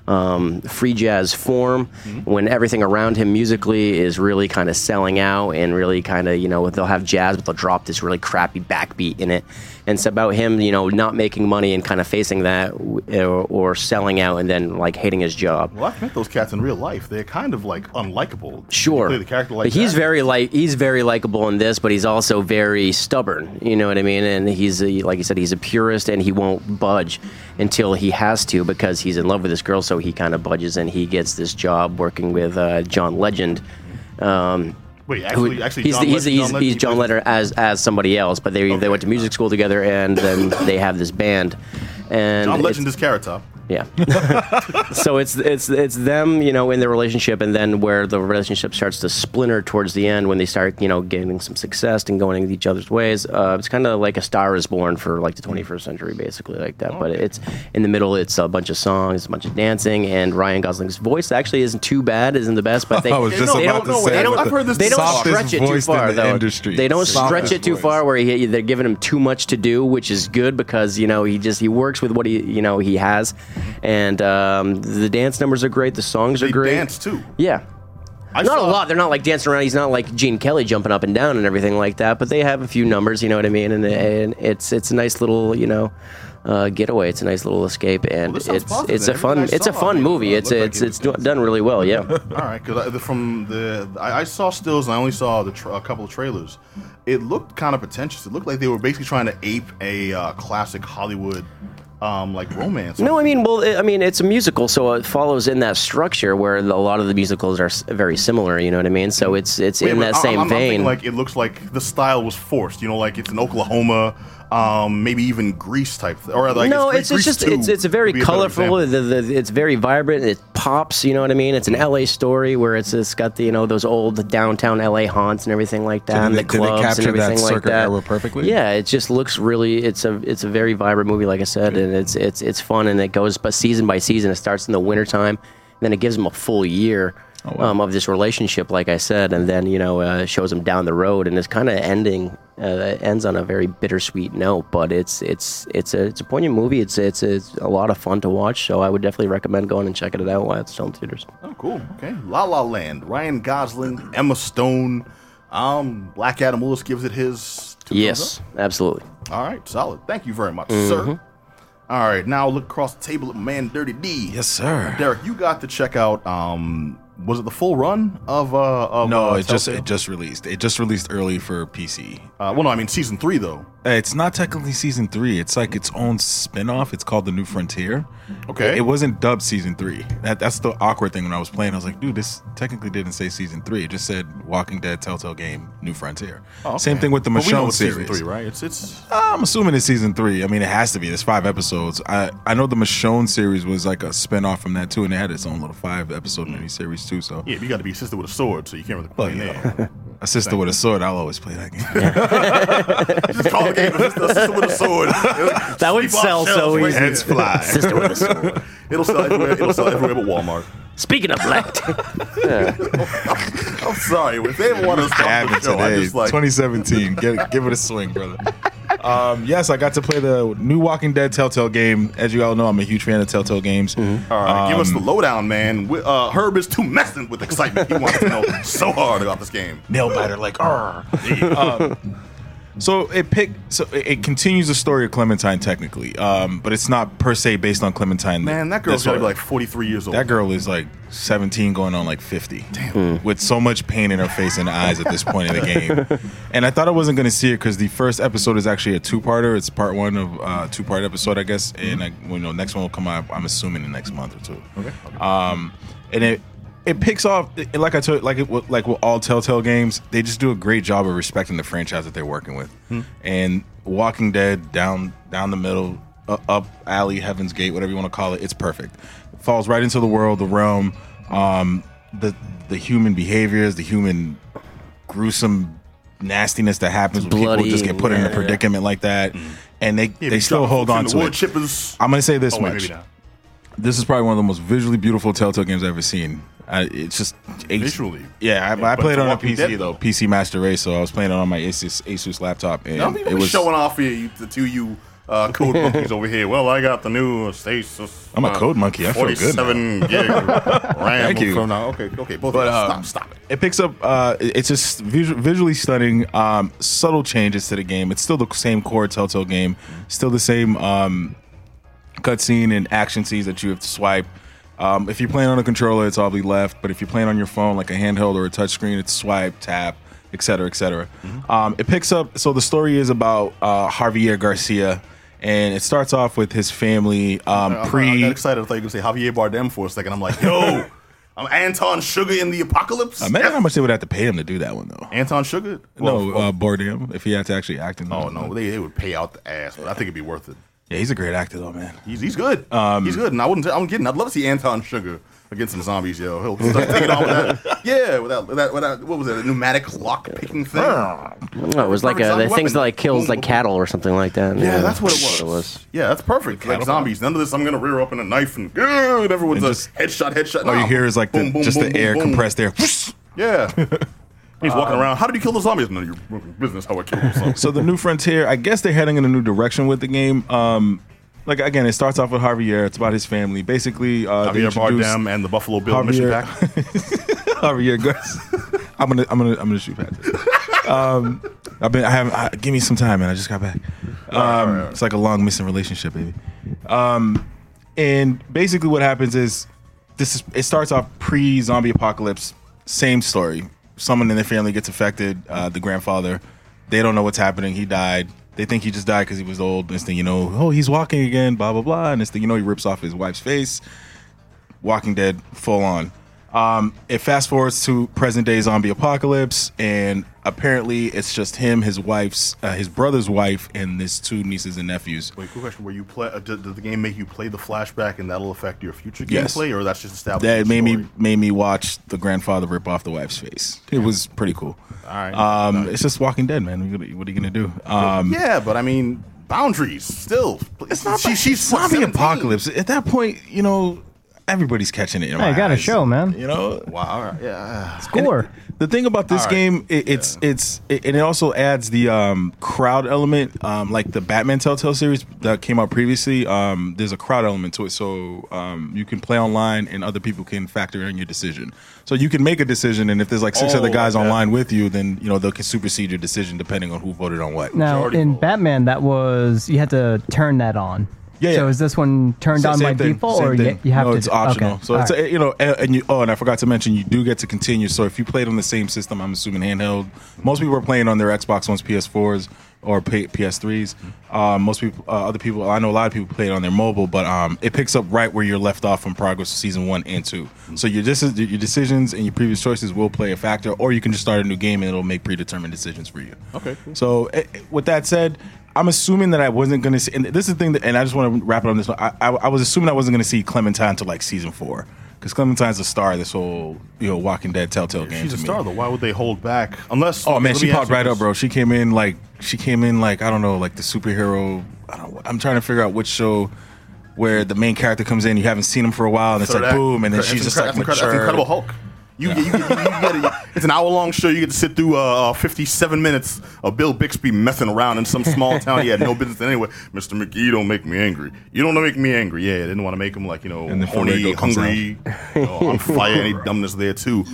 Speaker 2: um, free jazz form when everything around him musically is really kind of selling out and really kind of you know they'll have jazz but they'll drop this really crappy backbeat in it and it's about him you know not making money and kind of facing that w- or, or selling out and then like hating his job
Speaker 1: Well, I've met those cats in real life. They're kind of like unlikable.
Speaker 2: Sure.
Speaker 1: You play the character like
Speaker 2: but he's
Speaker 1: that.
Speaker 2: very like he's very likable in this, but he's also very stubborn. You know what I mean? And he's a, like I said, he's a purist, and he won't budge until he has to because he's in love with this girl. So he kind of budges, and he gets this job working with uh, John Legend. Um,
Speaker 1: Wait,
Speaker 2: who-
Speaker 1: actually, actually,
Speaker 2: he's
Speaker 1: John
Speaker 2: the- he's
Speaker 1: Legend-
Speaker 2: he's-
Speaker 1: Legend-
Speaker 2: he's John Leonard as as somebody else, but they
Speaker 1: Okay.
Speaker 2: they went to music school together, and then they have this band. And
Speaker 1: John
Speaker 2: it's-
Speaker 1: Legend is Carrot Top.
Speaker 2: yeah. so it's it's it's them, you know, in their relationship, and then where the relationship starts to splinter towards the end when they start, you know, gaining some success and going in each other's ways. Uh, it's kind of like a Star is Born for like the 21st century, basically, like that. But it's in the middle. It's a bunch of songs, a bunch of dancing, and Ryan Gosling's voice actually isn't too bad, isn't the best, but they
Speaker 3: I was just
Speaker 2: they
Speaker 3: about
Speaker 2: don't-
Speaker 3: to say
Speaker 2: they
Speaker 3: it,
Speaker 2: don't-
Speaker 3: but
Speaker 1: I've heard this
Speaker 2: they don't
Speaker 1: softest
Speaker 2: stretch it too
Speaker 3: voice in
Speaker 2: far
Speaker 3: the
Speaker 2: though.
Speaker 3: industry.
Speaker 2: They don't
Speaker 3: Softest
Speaker 2: stretch it too
Speaker 3: voice.
Speaker 2: far where he, they're giving him too much to do, which is good because you know he just he works with what he you know he has, and um, the dance numbers are great. The songs
Speaker 1: They
Speaker 2: are great.
Speaker 1: dance too.
Speaker 2: Yeah.
Speaker 1: I
Speaker 2: not a
Speaker 1: saw-
Speaker 2: lot. They're not like dancing around. He's not like Gene Kelly jumping up and down and everything like that. But they have a few numbers, you know what I mean? And, and it's it's a nice little you know uh, getaway. It's a nice little escape, and
Speaker 1: this sounds
Speaker 2: it's
Speaker 1: positive.
Speaker 2: it's a
Speaker 1: Everything
Speaker 2: fun
Speaker 1: I
Speaker 2: it's a
Speaker 1: saw,
Speaker 2: fun
Speaker 1: it
Speaker 2: movie.
Speaker 1: looked
Speaker 2: It's
Speaker 1: like
Speaker 2: it's
Speaker 1: it
Speaker 2: it's
Speaker 1: was
Speaker 2: do- done really well. Yeah.
Speaker 1: All right, because from the I, I saw stills and I only saw the tra- a couple of trailers. It looked kind of pretentious. It looked like they were basically trying to ape a uh, classic Hollywood, um, like romance.
Speaker 2: No, I mean, well, I mean, it's a musical, so it follows in that structure where the, a lot of the musicals are s- very similar. You know what I mean? So it's it's
Speaker 1: Wait,
Speaker 2: in
Speaker 1: but
Speaker 2: that
Speaker 1: I-
Speaker 2: same
Speaker 1: I'm, I'm thinking,
Speaker 2: vein.
Speaker 1: like it looks like the style was forced. You know, like it's in Oklahoma, um, maybe even Greece type, th- or like
Speaker 2: no,
Speaker 1: Gre-
Speaker 2: it's, it's
Speaker 1: Grease
Speaker 2: just
Speaker 1: 2
Speaker 2: it's it's a very
Speaker 1: would be better
Speaker 2: colorful.
Speaker 1: example. Mm-hmm.
Speaker 2: the, the, it's very vibrant. It pops. You know what I mean? It's an LA story where it's it's got the you know those old downtown LA haunts and everything like that,
Speaker 3: did
Speaker 2: and
Speaker 3: they-
Speaker 2: the
Speaker 3: did they
Speaker 2: clubs
Speaker 3: capture
Speaker 2: and
Speaker 3: that
Speaker 2: everything like
Speaker 3: circa
Speaker 2: that.
Speaker 3: era perfectly?
Speaker 2: Yeah, it just looks really. It's a it's a very vibrant movie, like I said, and it's it's it's fun and it goes but season by season. It starts in the wintertime, then it gives them a full year.
Speaker 3: Oh, wow.
Speaker 2: um, of this relationship, like I said, and then you know uh, shows them down the road, and it's kind of ending. Uh, it ends on a very bittersweet note, but it's it's it's a it's a poignant movie. It's it's, it's a lot of fun to watch, so I would definitely recommend going and checking it out while it's still in theaters.
Speaker 1: Oh, cool. Okay. La La Land. Ryan Gosling, Emma Stone, um, Black Adam Willis gives it his. two thumbs up.
Speaker 2: Yes, absolutely.
Speaker 1: All right, solid. Thank you very much, sir.
Speaker 2: Mm-hmm.
Speaker 1: All right, now look across the table at my man Dirty D.
Speaker 3: Yes, sir.
Speaker 1: Derek, you got to check out. Um, was it the full run of? Uh, of
Speaker 3: No,
Speaker 1: uh,
Speaker 3: it just
Speaker 1: Telltale?
Speaker 3: it just released. It just released early for PC.
Speaker 1: Uh, well, no, I mean season three though.
Speaker 3: Uh, It's not technically season three. It's like its own spin-off. It's called The New Frontier.
Speaker 1: Okay.
Speaker 3: It, it wasn't dubbed season three. That, that's the awkward thing when I was playing. I was like, dude, this technically didn't say season three. It just said Walking Dead Telltale Game New Frontier.
Speaker 1: Oh, okay.
Speaker 3: Same thing with the
Speaker 1: But we know
Speaker 3: Michonne
Speaker 1: it's
Speaker 3: series.
Speaker 1: season three, right? It's it's.
Speaker 3: I'm assuming it's season three. I mean, it has to be. There's five episodes. I, I know the Michonne series was like a spin-off from that too, and it had its own little five episode miniseries too. So
Speaker 1: Mm. Yeah, you got to be assisted with a sword, so you can't really play there.
Speaker 3: a sister with a sword, I'll always play that game.
Speaker 1: just call the game assist- assisted with a sword. that
Speaker 2: would sell so easy.
Speaker 1: It's fly.
Speaker 2: Sister with a sword.
Speaker 1: It'll sell everywhere. It'll sell everywhere but Walmart.
Speaker 2: Speaking of black,
Speaker 1: I'm sorry if they ever want to stop the
Speaker 3: happened
Speaker 1: show. I
Speaker 3: today.
Speaker 1: just like
Speaker 3: 2017. Get, give it a swing, brother. Um, yes, I got to play the new Walking Dead Telltale game. As you all know, I'm a huge fan of Telltale games. Uh,
Speaker 1: All right, give
Speaker 3: um,
Speaker 1: us the lowdown, man. We, uh, Herb is too messing with excitement. He wants to know so hard about this game.
Speaker 3: Nail biter, like, "Arr." Um, so it pick. So it, it continues the story of Clementine technically, um, but it's not per se based on Clementine.
Speaker 1: Man, that girl's
Speaker 3: That's
Speaker 1: gotta be
Speaker 3: why-
Speaker 1: like 43 years old.
Speaker 3: That girl is like 17 going on like 50. Damn. With so much pain in her face and eyes at this point in the game. And I thought I wasn't going to see it because the first episode is actually a two-parter. It's part one of uh, two-part episode, I guess. And, I, you know, next one will come out, I'm assuming, in the next month or two. Okay. Um, and it... It picks off it- like I told, like it, like with all Telltale games, they just do a great job of respecting the franchise that they're working with.
Speaker 1: Hmm.
Speaker 3: And Walking Dead down down the middle, uh, up alley, Heaven's Gate, whatever you want to call it. It's perfect. Falls right into the world, the realm, um, the the human behaviors, the human gruesome nastiness that happens when people
Speaker 2: Bloody,
Speaker 3: just get put in
Speaker 2: yeah,
Speaker 3: a predicament like that, and they
Speaker 1: Yeah,
Speaker 3: they
Speaker 1: be
Speaker 3: still
Speaker 1: dropping
Speaker 3: hold
Speaker 1: from
Speaker 3: on
Speaker 1: the
Speaker 3: to
Speaker 1: wood
Speaker 3: it.
Speaker 1: Chippers.
Speaker 3: I'm gonna say this
Speaker 1: oh, wait,
Speaker 3: much
Speaker 1: maybe not.
Speaker 3: this is probably one of the most visually beautiful Telltale games I've ever seen. I, it's just it's-
Speaker 1: Visually?
Speaker 3: yeah. I, I
Speaker 1: but
Speaker 3: played it
Speaker 1: The
Speaker 3: on a
Speaker 1: Walking
Speaker 3: PC
Speaker 1: Dead, though.
Speaker 3: though, PC Master Race. So I was playing it on my Asus Asus laptop, and
Speaker 1: Now, people
Speaker 3: it
Speaker 1: be
Speaker 3: was
Speaker 1: showing off here, you, the two you uh, code monkeys over here. Well, I got the new Stasis.
Speaker 3: I'm a
Speaker 1: uh,
Speaker 3: code monkey. I feel good now.
Speaker 1: 47 gig RAM.
Speaker 3: Thank you. uh,
Speaker 1: From now. Okay, okay, both of you. stop, stop it.
Speaker 3: It picks up. Uh, it's just visu- visually stunning. Um, subtle changes to the game. It's still the same core Telltale game. Still the same um, cutscene and action scenes that you have to swipe. Um, if you're playing on a controller, it's obviously left. But if you're playing on your phone, like a handheld or a touchscreen, it's swipe, tap, etc., etc.
Speaker 1: Mm-hmm.
Speaker 3: Um, it picks up. So the story is about uh, Javier Garcia, and it starts off with his family. Um,
Speaker 1: uh, I-
Speaker 3: pre.
Speaker 1: I, got excited. I thought you were going to say Javier Bardem for a second. I'm like, yo, I'm Anton Sugar in the apocalypse.
Speaker 3: Imagine how much they would have to pay him to do that one, though.
Speaker 1: Anton Sugar?
Speaker 3: no, uh, Bourdain, if he had to actually act in that
Speaker 1: Oh
Speaker 3: one.
Speaker 1: no, they, they would pay out the ass, but I think it'd be worth it.
Speaker 3: Yeah, he's a great actor though, man.
Speaker 1: He's he's good.
Speaker 3: Um,
Speaker 1: he's good, and I wouldn't. I'm kidding. I'd love to see Anton Sugar against some zombies, yo. He'll start taking on with that. Yeah, without that, with that, what was it? A pneumatic lock picking thing. Yeah,
Speaker 2: no, Oh, it was like a, the things that like kills like cattle or something like that. Yeah,
Speaker 1: that's what it was. Yeah, that's perfect. Like
Speaker 3: Catapult.
Speaker 1: zombies. None of this. I'm gonna rear up in a knife and, "Grr," and everyone's
Speaker 3: And
Speaker 1: a
Speaker 3: just-
Speaker 1: headshut, headshot.
Speaker 3: All you hear is like the, just the air compressed air.
Speaker 1: Yeah. He's walking around. How did you kill the zombies? None of your business. How I killed the zombies.
Speaker 3: so the new frontier, I guess they're heading in a new direction with the game. Um, like again, it starts off with Javier. It's about his family. Basically, uh, they
Speaker 1: Javier
Speaker 3: introduce
Speaker 1: Bardem and the Buffalo Bill mission
Speaker 3: Javier-
Speaker 1: pack.
Speaker 3: Over your guys. I'm gonna I'm gonna I'm gonna shoot Patrick. Um, I've been I haven't I, give me some time, man. I just got back. Um, It's like a long missing relationship, baby. Um, and basically what happens is this is it starts off pre zombie apocalypse. Same story. Someone in their family gets affected. Uh, the grandfather. They don't know what's happening. He died. They think he just died because he was old. Next thing you know, oh, he's walking again. Blah blah blah. And next thing you know, he rips off his wife's face. Walking Dead full on. Um, it fast forwards to present day zombie apocalypse, and apparently it's just him, his wife's, uh, his brother's wife, and his two nieces and nephews.
Speaker 1: Wait, quick question: Were you play? Uh, did, did the game make you play the flashback, and that'll affect your future
Speaker 3: Yes.
Speaker 1: gameplay, or that's just established?
Speaker 3: That made me made me watch the grandfather rip off the wife's face. It was pretty cool.
Speaker 1: All right.
Speaker 3: um, it's just Walking Dead, man. What are you- What are you gonna do? Um,
Speaker 1: yeah, but I mean, boundaries still. It's
Speaker 3: not
Speaker 1: she,
Speaker 3: the-
Speaker 1: she's
Speaker 3: it's zombie
Speaker 1: 17.
Speaker 3: apocalypse. At that point, you know everybody's catching it. In my
Speaker 4: you gotta
Speaker 3: eyes.
Speaker 4: show, man.
Speaker 3: You know,
Speaker 1: Wow. All right. Yeah.
Speaker 3: And
Speaker 4: Score.
Speaker 3: it- the thing about this
Speaker 1: All right.
Speaker 3: game, it, it's it's it, and it also adds the um, crowd element, um, like the Batman Telltale series that came out previously. Um, there's a crowd element to it, so um, you can play online, and other people can factor in your decision. So you can make a decision, and if there's like six
Speaker 1: Oh,
Speaker 3: other guys
Speaker 1: okay.
Speaker 3: online with you, then you know they can supersede your decision depending on who voted on what.
Speaker 4: Now
Speaker 1: Majority
Speaker 4: in
Speaker 1: vote.
Speaker 4: Batman, that was you had to turn that on.
Speaker 3: Yeah,
Speaker 4: So
Speaker 3: yeah.
Speaker 4: is this one turned
Speaker 3: Sa-
Speaker 4: on by
Speaker 3: same thing,
Speaker 4: default,
Speaker 3: same
Speaker 4: or you,
Speaker 3: thing.
Speaker 4: you have
Speaker 3: no,
Speaker 4: to?
Speaker 3: It's optional.
Speaker 4: okay,
Speaker 3: So it's
Speaker 4: all right.
Speaker 3: a, you know, and, and you. Oh, and I forgot to mention, you do get to continue. So if you played on the same system, I'm assuming handheld. Most people are playing on their Xbox Ones, PS4s, or P- PS3s. Um, most people, uh, other people, I know a lot of people play it on their mobile, but um, it picks up right where you're left off from progress of season one and two. So your dis- your decisions and your previous choices will play a factor, or you can just start a new game and it'll make predetermined decisions for you.
Speaker 1: Okay, cool.
Speaker 3: So, eh, eh, with that said, I'm assuming that I wasn't going to see, and this is the thing that, and I just want to wrap it on this one. I, I, I was assuming I wasn't going to see Clementine till like season four, because Clementine's a star of this whole, you know, Walking Dead Telltale game.
Speaker 1: She's
Speaker 3: to
Speaker 1: a
Speaker 3: me.
Speaker 1: star, though. Why would they hold back? Unless.
Speaker 3: Oh man,
Speaker 1: let
Speaker 3: she
Speaker 1: me ask
Speaker 3: popped
Speaker 1: you
Speaker 3: right
Speaker 1: this.
Speaker 3: up, bro. She came in like she came in like I don't know, like the superhero. I don't. I'm trying to figure out which show where the main character comes in. You haven't seen him for a while, and it's
Speaker 1: So
Speaker 3: like
Speaker 1: that-
Speaker 3: boom, and then
Speaker 1: that's
Speaker 3: she's just
Speaker 1: incre-
Speaker 3: like
Speaker 1: that's, incredible, that's
Speaker 3: mature.
Speaker 1: Incredible Hulk. You, you, you, you get it. It's an hour-long show. You get to sit through uh, 57 minutes of Bill Bixby messing around in some small town he had no business in anyway. Mr. McGee, don't make me angry. You don't make me angry. Yeah, they didn't want to make him like you know
Speaker 3: And then
Speaker 1: horny,
Speaker 3: Ferrego comes
Speaker 1: hungry, you know, on fire. Any dumbness there too.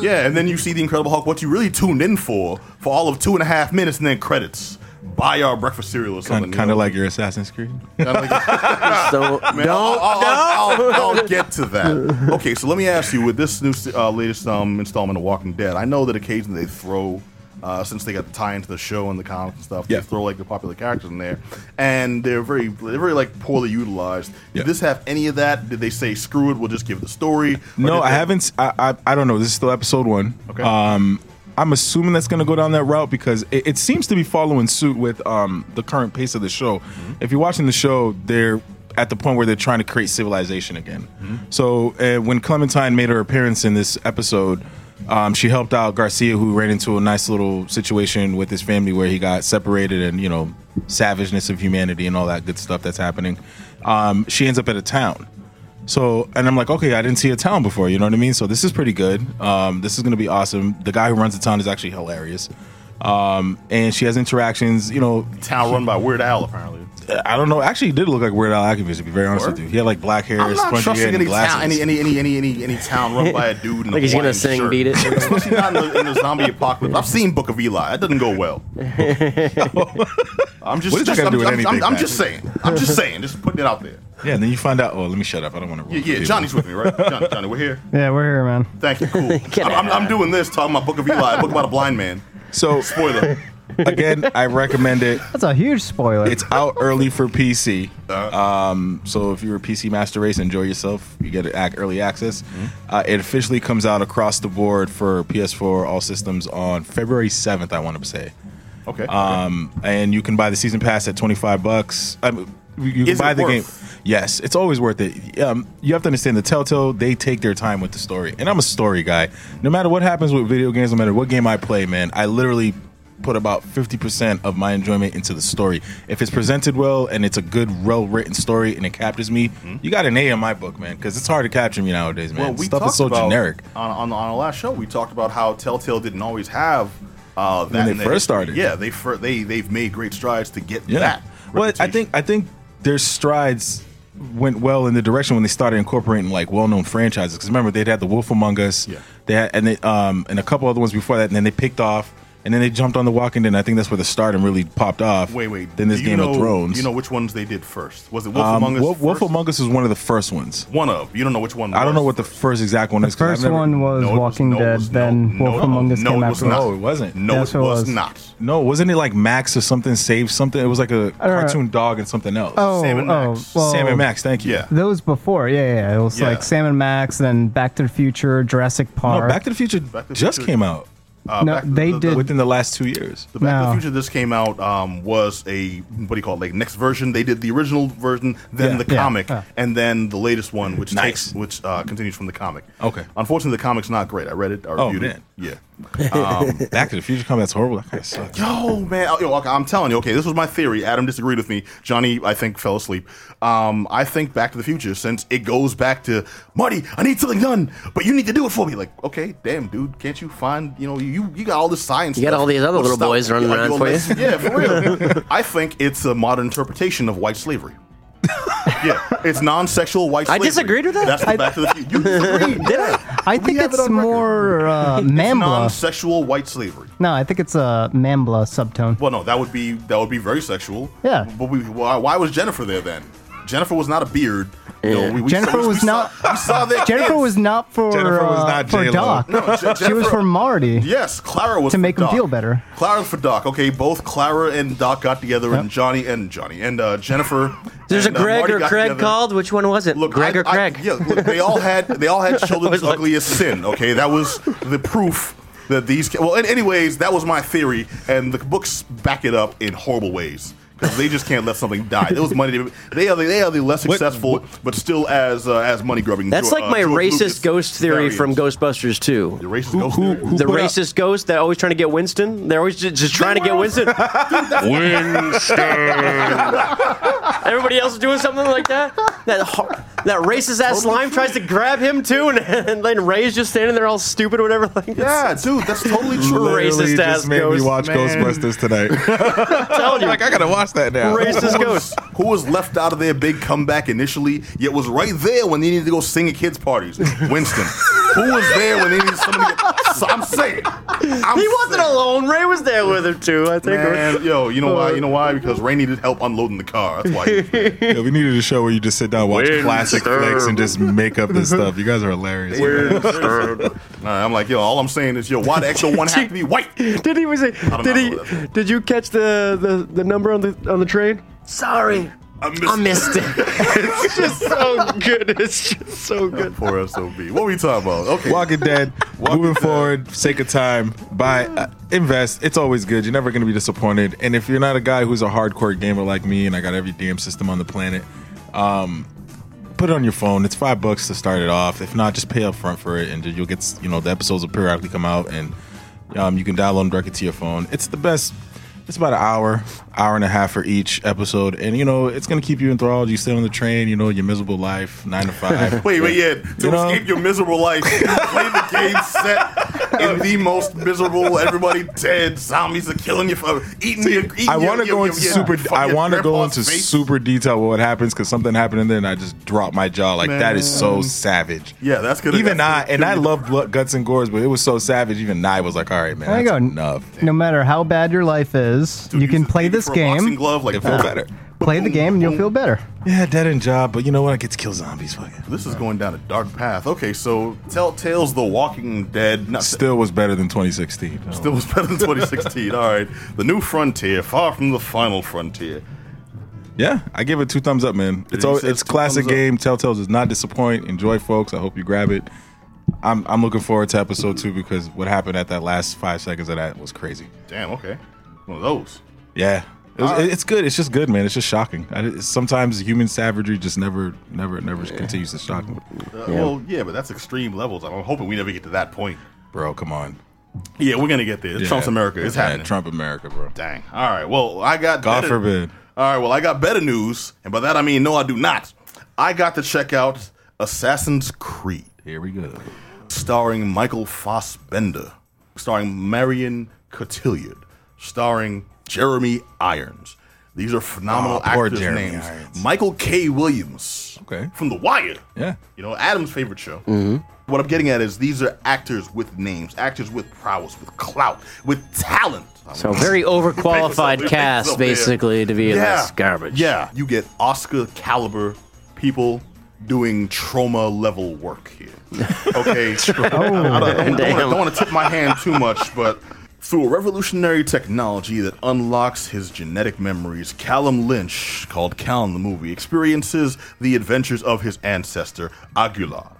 Speaker 1: Yeah, and then you see the Incredible Hulk. What you really tuned in for for all of two and a half minutes, and then credits. Buy our breakfast cereal or something.
Speaker 3: Kind,
Speaker 1: you
Speaker 3: kind
Speaker 1: know?
Speaker 3: of like your Assassin's Creed.
Speaker 1: Kinda like-
Speaker 2: So
Speaker 1: Man, I'll, I'll, I'll- I'll get to that. Okay, so let me ask you: With this new uh, latest um, installment of Walking Dead, I know that occasionally they throw, uh, since they got the tie into the show and the comics and stuff,
Speaker 3: Yeah.
Speaker 1: they throw like the popular characters in there, and they're very, they're very like poorly utilized. Did
Speaker 3: Yeah.
Speaker 1: this have any of that? Did they say screw it? We'll just give the story. Or
Speaker 3: No,
Speaker 1: did
Speaker 3: I
Speaker 1: they-
Speaker 3: haven't. s- I, I I don't know. This is still episode one.
Speaker 1: Okay.
Speaker 3: Um, I'm assuming that's going to go down that route because it, it seems to be following suit with um the current pace of the show.
Speaker 1: Mm-hmm.
Speaker 3: If you're watching the show, they're at the point where they're trying to create civilization again.
Speaker 1: Mm-hmm.
Speaker 3: So uh, when Clementine made her appearance in this episode. Um, she helped out Garcia, who ran into a nice little situation with his family where he got separated, and you know, savageness of humanity and all that good stuff that's happening. Um, she ends up at a town, so, and I'm like, okay, I didn't see a town before. You know what I mean? So this is pretty good. Um, this is going to be awesome. The guy who runs the town is actually hilarious. Um, and she has interactions. You know,
Speaker 1: Town run by Weird Al, apparently.
Speaker 3: I don't know. Actually, he did look like Weird Al Yankovic. To be very honest
Speaker 1: Word?
Speaker 3: with you, he had like black hair,
Speaker 1: I'm not
Speaker 3: spongy hair,
Speaker 1: trusting
Speaker 3: and
Speaker 1: any
Speaker 3: glasses.
Speaker 1: town, any, any, any, any, any, any town run by a dude. In a
Speaker 2: Like he's gonna
Speaker 1: Hawaiian
Speaker 2: sing
Speaker 1: shirt.
Speaker 2: "Beat It."
Speaker 1: especially not in the, in the zombie apocalypse. I've seen Book of Eli. That doesn't go well. I'm just,
Speaker 3: What
Speaker 1: just-
Speaker 3: is that got to
Speaker 1: I'm,
Speaker 3: do
Speaker 1: I'm-
Speaker 3: with
Speaker 1: I'm-
Speaker 3: anything,
Speaker 1: I'm
Speaker 3: man?
Speaker 1: just saying. I'm just saying. Just putting it out there.
Speaker 3: yeah, and then you find out. Oh, let me shut up. I don't want to.
Speaker 1: Yeah, yeah. Johnny's with me, right? Johnny, Johnny, we're here.
Speaker 4: yeah, we're here, man.
Speaker 1: Thank you. Cool. I'm, I'm, I'm doing this talking about Book of Eli, a book about a blind man.
Speaker 3: So
Speaker 1: Spoiler.
Speaker 3: again, I recommend it.
Speaker 4: That's a huge spoiler.
Speaker 3: It's out early for PC.
Speaker 1: Uh,
Speaker 3: Um, so if you're a PC master race, enjoy yourself. You get ac- early access. Uh, it officially comes out across the board for PS4 all systems on February 7th. I want to say.
Speaker 1: okay.
Speaker 3: Um, and you can buy the season pass at 25 bucks. I mean, you can
Speaker 1: Is it
Speaker 3: buy the
Speaker 1: worth-
Speaker 3: game. Yes, it's always worth it. Um, you have to understand the Telltale, they take their time with the story. And I'm a story guy. No matter what happens with video games, no matter what game I play, man, I literally put about 50% of my enjoyment into the story. If it's presented well and it's a good, well written story and it captures me, you got an A in my book, man, because it's hard to capture me nowadays, man.
Speaker 1: Hmm? Well, we
Speaker 3: Stuff
Speaker 1: talked
Speaker 3: is so
Speaker 1: about,
Speaker 3: generic.
Speaker 1: On, on, on our last show, we talked about how Telltale didn't always have uh, that.
Speaker 3: When they
Speaker 1: in their
Speaker 3: first
Speaker 1: history.
Speaker 3: started.
Speaker 1: Yeah, they fir- they they've made great strides to get
Speaker 3: Yeah.
Speaker 1: that.
Speaker 3: Well, I
Speaker 1: reputation.
Speaker 3: think I think their strides went well in the direction when they started incorporating like well-known franchises. Because remember, they'd had The Wolf Among Us,
Speaker 1: Yeah.
Speaker 3: they had, and they um, and a couple other ones before that, and then they picked off, and then they jumped on The Walking Dead. and I think that's where the stardom really popped off.
Speaker 1: Wait, wait.
Speaker 3: Then this
Speaker 1: do you
Speaker 3: Game
Speaker 1: know,
Speaker 3: of Thrones.
Speaker 1: You know which ones they did first? Was it Wolf
Speaker 3: um,
Speaker 1: Among Us?
Speaker 3: Wolf, Wolf
Speaker 1: first?
Speaker 3: Among Us is one of the first ones.
Speaker 1: One of. You don't know which one.
Speaker 3: I don't
Speaker 1: was
Speaker 3: know what the first exact one
Speaker 4: The
Speaker 3: is. 'cause I've
Speaker 4: first
Speaker 3: never-
Speaker 4: one was
Speaker 1: No, it
Speaker 4: Walking
Speaker 1: no, it
Speaker 4: Dead,
Speaker 1: was-
Speaker 4: then
Speaker 1: no,
Speaker 4: Wolf
Speaker 1: no,
Speaker 4: Among Us
Speaker 1: no,
Speaker 4: came
Speaker 1: it was
Speaker 4: after.
Speaker 1: not.
Speaker 3: No, it wasn't.
Speaker 1: No,
Speaker 4: Yes,
Speaker 1: it
Speaker 4: it
Speaker 1: was
Speaker 4: was.
Speaker 1: not.
Speaker 3: No, wasn't it like Max or something? Save something. It was like a
Speaker 4: don't know.
Speaker 3: cartoon dog and something else.
Speaker 4: Oh,
Speaker 1: Sam and
Speaker 4: oh,
Speaker 1: Max.
Speaker 4: well,
Speaker 3: Sam and Max. Thank you.
Speaker 1: Yeah.
Speaker 4: Those before, yeah, yeah, yeah. It was
Speaker 1: Yeah.
Speaker 4: like Sam and Max, then Back to the Future, Jurassic
Speaker 3: No,
Speaker 4: Park.
Speaker 3: Back to the Future
Speaker 1: to the
Speaker 3: just
Speaker 1: Future.
Speaker 3: came out
Speaker 1: Uh,
Speaker 4: No,
Speaker 1: back to
Speaker 4: they
Speaker 1: the-
Speaker 4: did-
Speaker 3: within the last two years.
Speaker 1: The Back to
Speaker 4: No.
Speaker 1: the Future. This came out um, was a what do you call it? Like next version. They did the original version, then
Speaker 3: Yeah.
Speaker 1: the
Speaker 4: Yeah.
Speaker 1: comic,
Speaker 4: Yeah.
Speaker 1: and then the latest one, which
Speaker 3: Nice.
Speaker 1: takes which uh, continues from the comic.
Speaker 3: Okay.
Speaker 1: Unfortunately, the comic's not great. I read it. I
Speaker 3: Oh,
Speaker 1: reviewed
Speaker 3: man.
Speaker 1: it. Yeah. Um,
Speaker 3: Back to the Future comes. That's horrible. That kind of sucks.
Speaker 1: Yo, man, oh, yo, okay, I'm telling you. Okay, this was my theory. Adam disagreed with me. Johnny, I think, fell asleep. Um, I think Back to the Future, since it goes back to Marty. I need something done, but you need to do it for me. Like, okay, damn, dude, can't you find? You know, you you got all this science.
Speaker 2: You got
Speaker 1: stuff.
Speaker 2: all these other
Speaker 1: What's
Speaker 2: little
Speaker 1: stop-
Speaker 2: boys running
Speaker 1: yeah,
Speaker 2: around
Speaker 1: all
Speaker 2: for you.
Speaker 1: this- Yeah, for real. I think it's a modern interpretation of white slavery. yeah, it's non-sexual white.
Speaker 2: I
Speaker 1: slavery.
Speaker 2: disagreed with that?
Speaker 1: That's what Back to the Future. You disagreed?
Speaker 2: Did I?
Speaker 4: I think
Speaker 1: have it
Speaker 4: it's
Speaker 1: on record.
Speaker 4: more uh, Mambla.
Speaker 1: Non-sexual white slavery.
Speaker 4: No, I think it's a Mambla subtone.
Speaker 1: Well, no, that would be that would be very sexual.
Speaker 4: Yeah.
Speaker 1: But we, why, why was Jennifer there then? Jennifer was not a beard. You know, we- we
Speaker 4: Jennifer
Speaker 1: saw- we
Speaker 4: was
Speaker 1: saw-
Speaker 4: not-
Speaker 1: We saw that.
Speaker 4: Jennifer was not for
Speaker 3: Jennifer was
Speaker 4: uh,
Speaker 3: not
Speaker 4: for
Speaker 3: J-Lo.
Speaker 4: Doc.
Speaker 1: No, Je-
Speaker 4: she was
Speaker 1: Jennifer-
Speaker 4: for Marty.
Speaker 1: Yes, Clara was
Speaker 4: To
Speaker 1: for
Speaker 4: make him
Speaker 1: Doc.
Speaker 4: feel better.
Speaker 1: Clara for Doc. Okay, both Clara and Doc got together, and Johnny and Johnny and uh, Jennifer.
Speaker 2: There's a
Speaker 1: and, uh,
Speaker 2: Greg
Speaker 1: Marty
Speaker 2: or
Speaker 1: got
Speaker 2: Craig
Speaker 1: together.
Speaker 2: called. Which one was it?
Speaker 1: Look,
Speaker 2: Greg
Speaker 1: I-
Speaker 2: or
Speaker 1: I-
Speaker 2: Craig?
Speaker 1: yeah, look, they all had they all had children's
Speaker 2: was like-
Speaker 1: ugliest sin. Okay, that was the proof that these. ki- Well, an- anyways, that was my theory, and the books back it up in horrible ways because they just can't let something die. It was money. They are the, they are the less successful, but still as uh, as money grubbing.
Speaker 2: That's
Speaker 1: Jo-
Speaker 2: like
Speaker 1: uh,
Speaker 2: my
Speaker 1: George
Speaker 2: racist
Speaker 1: Lucas
Speaker 2: ghost theory
Speaker 1: variants.
Speaker 2: from Ghostbusters 2.
Speaker 1: The racist ghost theory.
Speaker 2: the
Speaker 3: put up-
Speaker 2: racist ghost that always trying to get Winston. They're always just, just trying to get Winston. Everybody else is doing something like that. That ho- that racist ass slime tries to grab him too, and, and then Ray's just standing there all stupid, or whatever. Like, it's-
Speaker 1: Yeah, dude, that's totally true.
Speaker 2: Literally Racist just ass
Speaker 3: just
Speaker 2: made
Speaker 3: made
Speaker 2: me ghost,
Speaker 3: me
Speaker 2: watch
Speaker 3: watch
Speaker 2: man.
Speaker 3: Ghostbusters tonight.
Speaker 2: I'm telling you,
Speaker 3: like I gotta watch that now.
Speaker 2: racist
Speaker 1: Who
Speaker 2: ghost.
Speaker 1: was- Who was left out of their big comeback initially, yet was right there when they needed to go sing at kids' parties? Winston. Who was there when they needed somebody to get, so I'm saying. I'm
Speaker 2: He wasn't
Speaker 1: saying.
Speaker 2: alone. Ray was there with him too. I think.
Speaker 1: Man, yo, you know why? You know why? Because Ray needed help unloading the car. That's why. he was there.
Speaker 3: Yeah, we needed a show where you just sit down, watch classic flicks, and just make up this stuff. You guys are hilarious.
Speaker 1: All right, I'm like, yo, all I'm saying is, yo, why the extra one have to be white?
Speaker 2: Did he was?
Speaker 1: don't
Speaker 2: Did
Speaker 1: know
Speaker 2: he?
Speaker 1: what that
Speaker 2: Did you catch the, the the number on the on the train? Sorry,
Speaker 1: I missed
Speaker 2: I missed it. it's just so good. It's just so good.
Speaker 1: Poor SOB. What were we talking about? Okay.
Speaker 3: Walking Dead. moving forward, sake of time, buy, uh, invest. It's always good. You're never going to be disappointed. And if you're not a guy who's a hardcore gamer like me, and I got every damn system on the planet, um, put it on your phone. It's five bucks to start it off. If not, just pay up front for it, and you'll get s- you know the episodes will periodically come out, and um, you can download them directly to your phone. It's the best. It's about an hour, hour and a half for each episode, and you know it's gonna keep you enthralled. You sit on the train, you know your miserable life, nine to five.
Speaker 1: Wait, wait, yeah. To
Speaker 3: You know-
Speaker 1: escape your miserable life, you play the game set in the most miserable. Everybody dead. Zombies are killing you. For, eating your. Eating
Speaker 3: I want to
Speaker 1: your-
Speaker 3: go
Speaker 1: your-
Speaker 3: into
Speaker 1: your-
Speaker 3: super.
Speaker 1: fucking
Speaker 3: I want to go
Speaker 1: grandpa's
Speaker 3: into
Speaker 1: face.
Speaker 3: super detail with what happens because something happened and then I just dropped my jaw. Like that is so savage.
Speaker 1: Yeah, that's gonna-
Speaker 3: Even
Speaker 1: that's gonna
Speaker 3: I and
Speaker 1: kill
Speaker 3: I
Speaker 1: you.
Speaker 3: love blo- guts and gores, but it was so savage. Even I was like, all right, man,
Speaker 4: There you
Speaker 3: that's
Speaker 4: go.
Speaker 3: enough.
Speaker 4: No matter how bad your life is,
Speaker 1: Dude,
Speaker 4: you can
Speaker 1: use a
Speaker 4: play
Speaker 1: baby
Speaker 4: this
Speaker 1: for a boxing
Speaker 4: game,
Speaker 1: Glove, like
Speaker 3: It felt
Speaker 1: ah.
Speaker 3: better.
Speaker 4: play the game, and you'll feel better.
Speaker 3: Yeah, dead end job, but you know what? I get to kill zombies. Fuck it.
Speaker 1: This is going down a dark path. Okay, so Telltale's The Walking Dead. Not,
Speaker 3: Still was better than 2016. though.
Speaker 1: Still was better than 2016. All right. The New Frontier, far from the final frontier.
Speaker 3: yeah, I give it two thumbs up, man. It's
Speaker 1: He
Speaker 3: always,
Speaker 1: says
Speaker 3: it's
Speaker 1: two
Speaker 3: classic
Speaker 1: thumbs up.
Speaker 3: game. Telltale does not disappoint. Enjoy, folks. I hope you grab it. I'm I'm looking forward to episode two because what happened at that last five seconds of that was crazy.
Speaker 1: Damn, okay. One of those.
Speaker 3: Yeah. It was,
Speaker 1: All right.
Speaker 3: It's good. It's just good, man. It's just shocking. I, it's- sometimes human savagery just never, never, never continues to shock me.
Speaker 1: Uh, Well, yeah, but that's extreme levels. I'm hoping we never get to that point.
Speaker 3: Bro, come on.
Speaker 1: Yeah, we're going to get there.
Speaker 3: Yeah.
Speaker 1: Trump's America. It's
Speaker 3: Yeah,
Speaker 1: happening.
Speaker 3: Trump America, bro.
Speaker 1: Dang. All right. Well, I got.
Speaker 3: God
Speaker 1: better-
Speaker 3: forbid.
Speaker 1: All right. Well, I got better news, and by that I mean no, I do not. I got to check out Assassin's Creed,
Speaker 3: Here we go.
Speaker 1: starring Michael Fassbender, starring Marion Cotillard, starring Jeremy Irons. These are phenomenal
Speaker 3: Oh, poor
Speaker 1: actors'
Speaker 3: Jeremy
Speaker 1: names.
Speaker 3: Irons.
Speaker 1: Michael K. Williams,
Speaker 3: Okay.
Speaker 1: from The Wire.
Speaker 3: Yeah.
Speaker 1: you know Adam's favorite show. What I'm getting at is these are actors with names, actors with prowess, with clout, with talent.
Speaker 2: So very overqualified cast, basically, to be in this garbage.
Speaker 1: Yeah, you get Oscar caliber people doing trauma level work here. Okay, I, I don't,
Speaker 2: Damn.
Speaker 1: want to tip my hand too much, but through a revolutionary technology that unlocks his genetic memories, Callum Lynch, called Cal in the movie, experiences the adventures of his ancestor Aguilar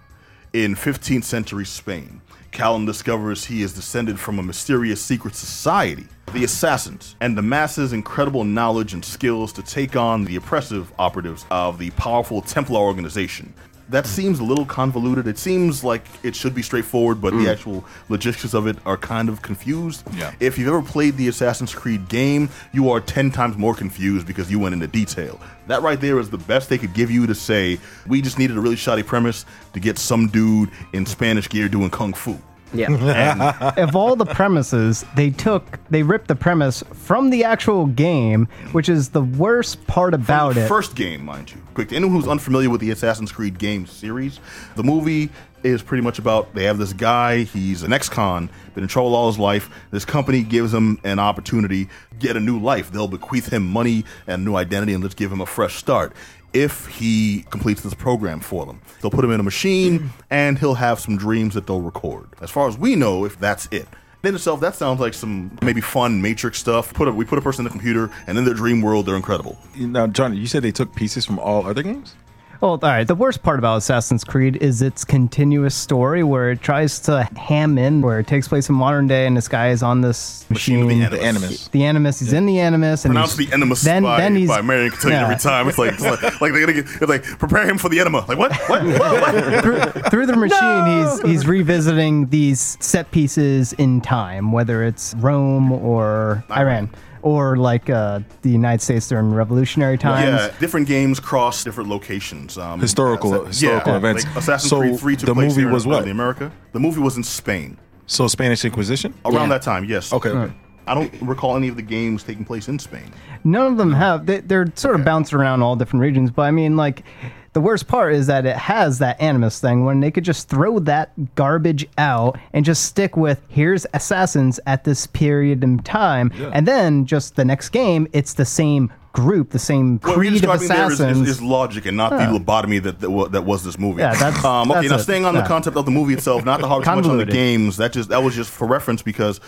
Speaker 1: in 15th century Spain. Callum discovers he is descended from a mysterious secret society, the Assassins, and amasses incredible knowledge and skills to take on the oppressive operatives of the powerful Templar organization. That seems a little convoluted. It seems like it should be straightforward, but the actual logistics of it are kind of confused.
Speaker 3: Yeah.
Speaker 1: If you've ever played the Assassin's Creed game, you are 10 times more confused because you went into detail. That right there is the best they could give you to say, we just needed a really shoddy premise to get some dude in Spanish gear doing kung fu.
Speaker 2: Yeah.
Speaker 4: of all the premises, they took they ripped the premise from the actual game, which is the worst part about
Speaker 1: the
Speaker 4: it.
Speaker 1: First game, mind you. Quick, to anyone who's unfamiliar with the Assassin's Creed game series, the movie is pretty much about they have this guy, he's an ex-con, been in trouble all his life. This company gives him an opportunity, get a new life. They'll bequeath him money and a new identity and let's give him a fresh start. If he completes this program for them, they'll put him in a machine and he'll have some dreams that they'll record. As far as we know, if that's it. Then itself, that sounds like some maybe fun Matrix stuff. Put a, we put a person in the computer, and in their dream world, they're incredible.
Speaker 3: Now, Johnny, you said they took pieces from all other games.
Speaker 4: Well, all right. The worst part about Assassin's Creed is its continuous story, where it tries to ham in where it takes place in modern day, and this guy is on this machine.
Speaker 1: Machine with the
Speaker 3: The
Speaker 1: Animus.
Speaker 3: Animus.
Speaker 4: The Animus. He's in the Animus, and
Speaker 1: Pronounce
Speaker 4: he's-
Speaker 1: the enemas
Speaker 4: Then,
Speaker 1: by,
Speaker 4: then he's
Speaker 1: by Marion Cotillion
Speaker 4: yeah.
Speaker 1: every time. It's like, it's like, like they're gonna get, it's like prepare him for the enema. Like what? What? what? what?
Speaker 4: through, through the machine, he's he's revisiting these set pieces in time, whether it's Rome or Iran or like uh, the United States during revolutionary times.
Speaker 1: Yeah, different games cross different locations. Um,
Speaker 3: Historical- historical events.
Speaker 1: Like Assassin's
Speaker 3: So
Speaker 1: Creed Three took
Speaker 3: the
Speaker 1: place
Speaker 3: movie
Speaker 1: here in
Speaker 3: was what?
Speaker 1: early America. The movie was in Spain
Speaker 3: So Spanish Inquisition.
Speaker 1: around
Speaker 4: Yeah.
Speaker 1: that time. Yes.
Speaker 3: Okay. okay.
Speaker 1: I don't recall any of the games taking place in Spain.
Speaker 4: None of them have. They, they're sort of bounced around all different regions, but I mean, like, the worst part is that it has that animus thing when they could just throw that garbage out and just stick with here's assassins at this period in time, and then just the next game, it's the same group, the same
Speaker 1: What we're
Speaker 4: creed of
Speaker 1: describing there is,
Speaker 4: assassins.
Speaker 1: is, is logic and not the lobotomy that that, wa- that was this movie.
Speaker 4: Yeah, that's-
Speaker 1: um, okay.
Speaker 4: that's
Speaker 1: now
Speaker 4: it.
Speaker 1: staying on the
Speaker 4: Yeah.
Speaker 1: concept of the movie itself, not the hard too much on the
Speaker 4: Convoluted.
Speaker 1: games. That just that was just for reference because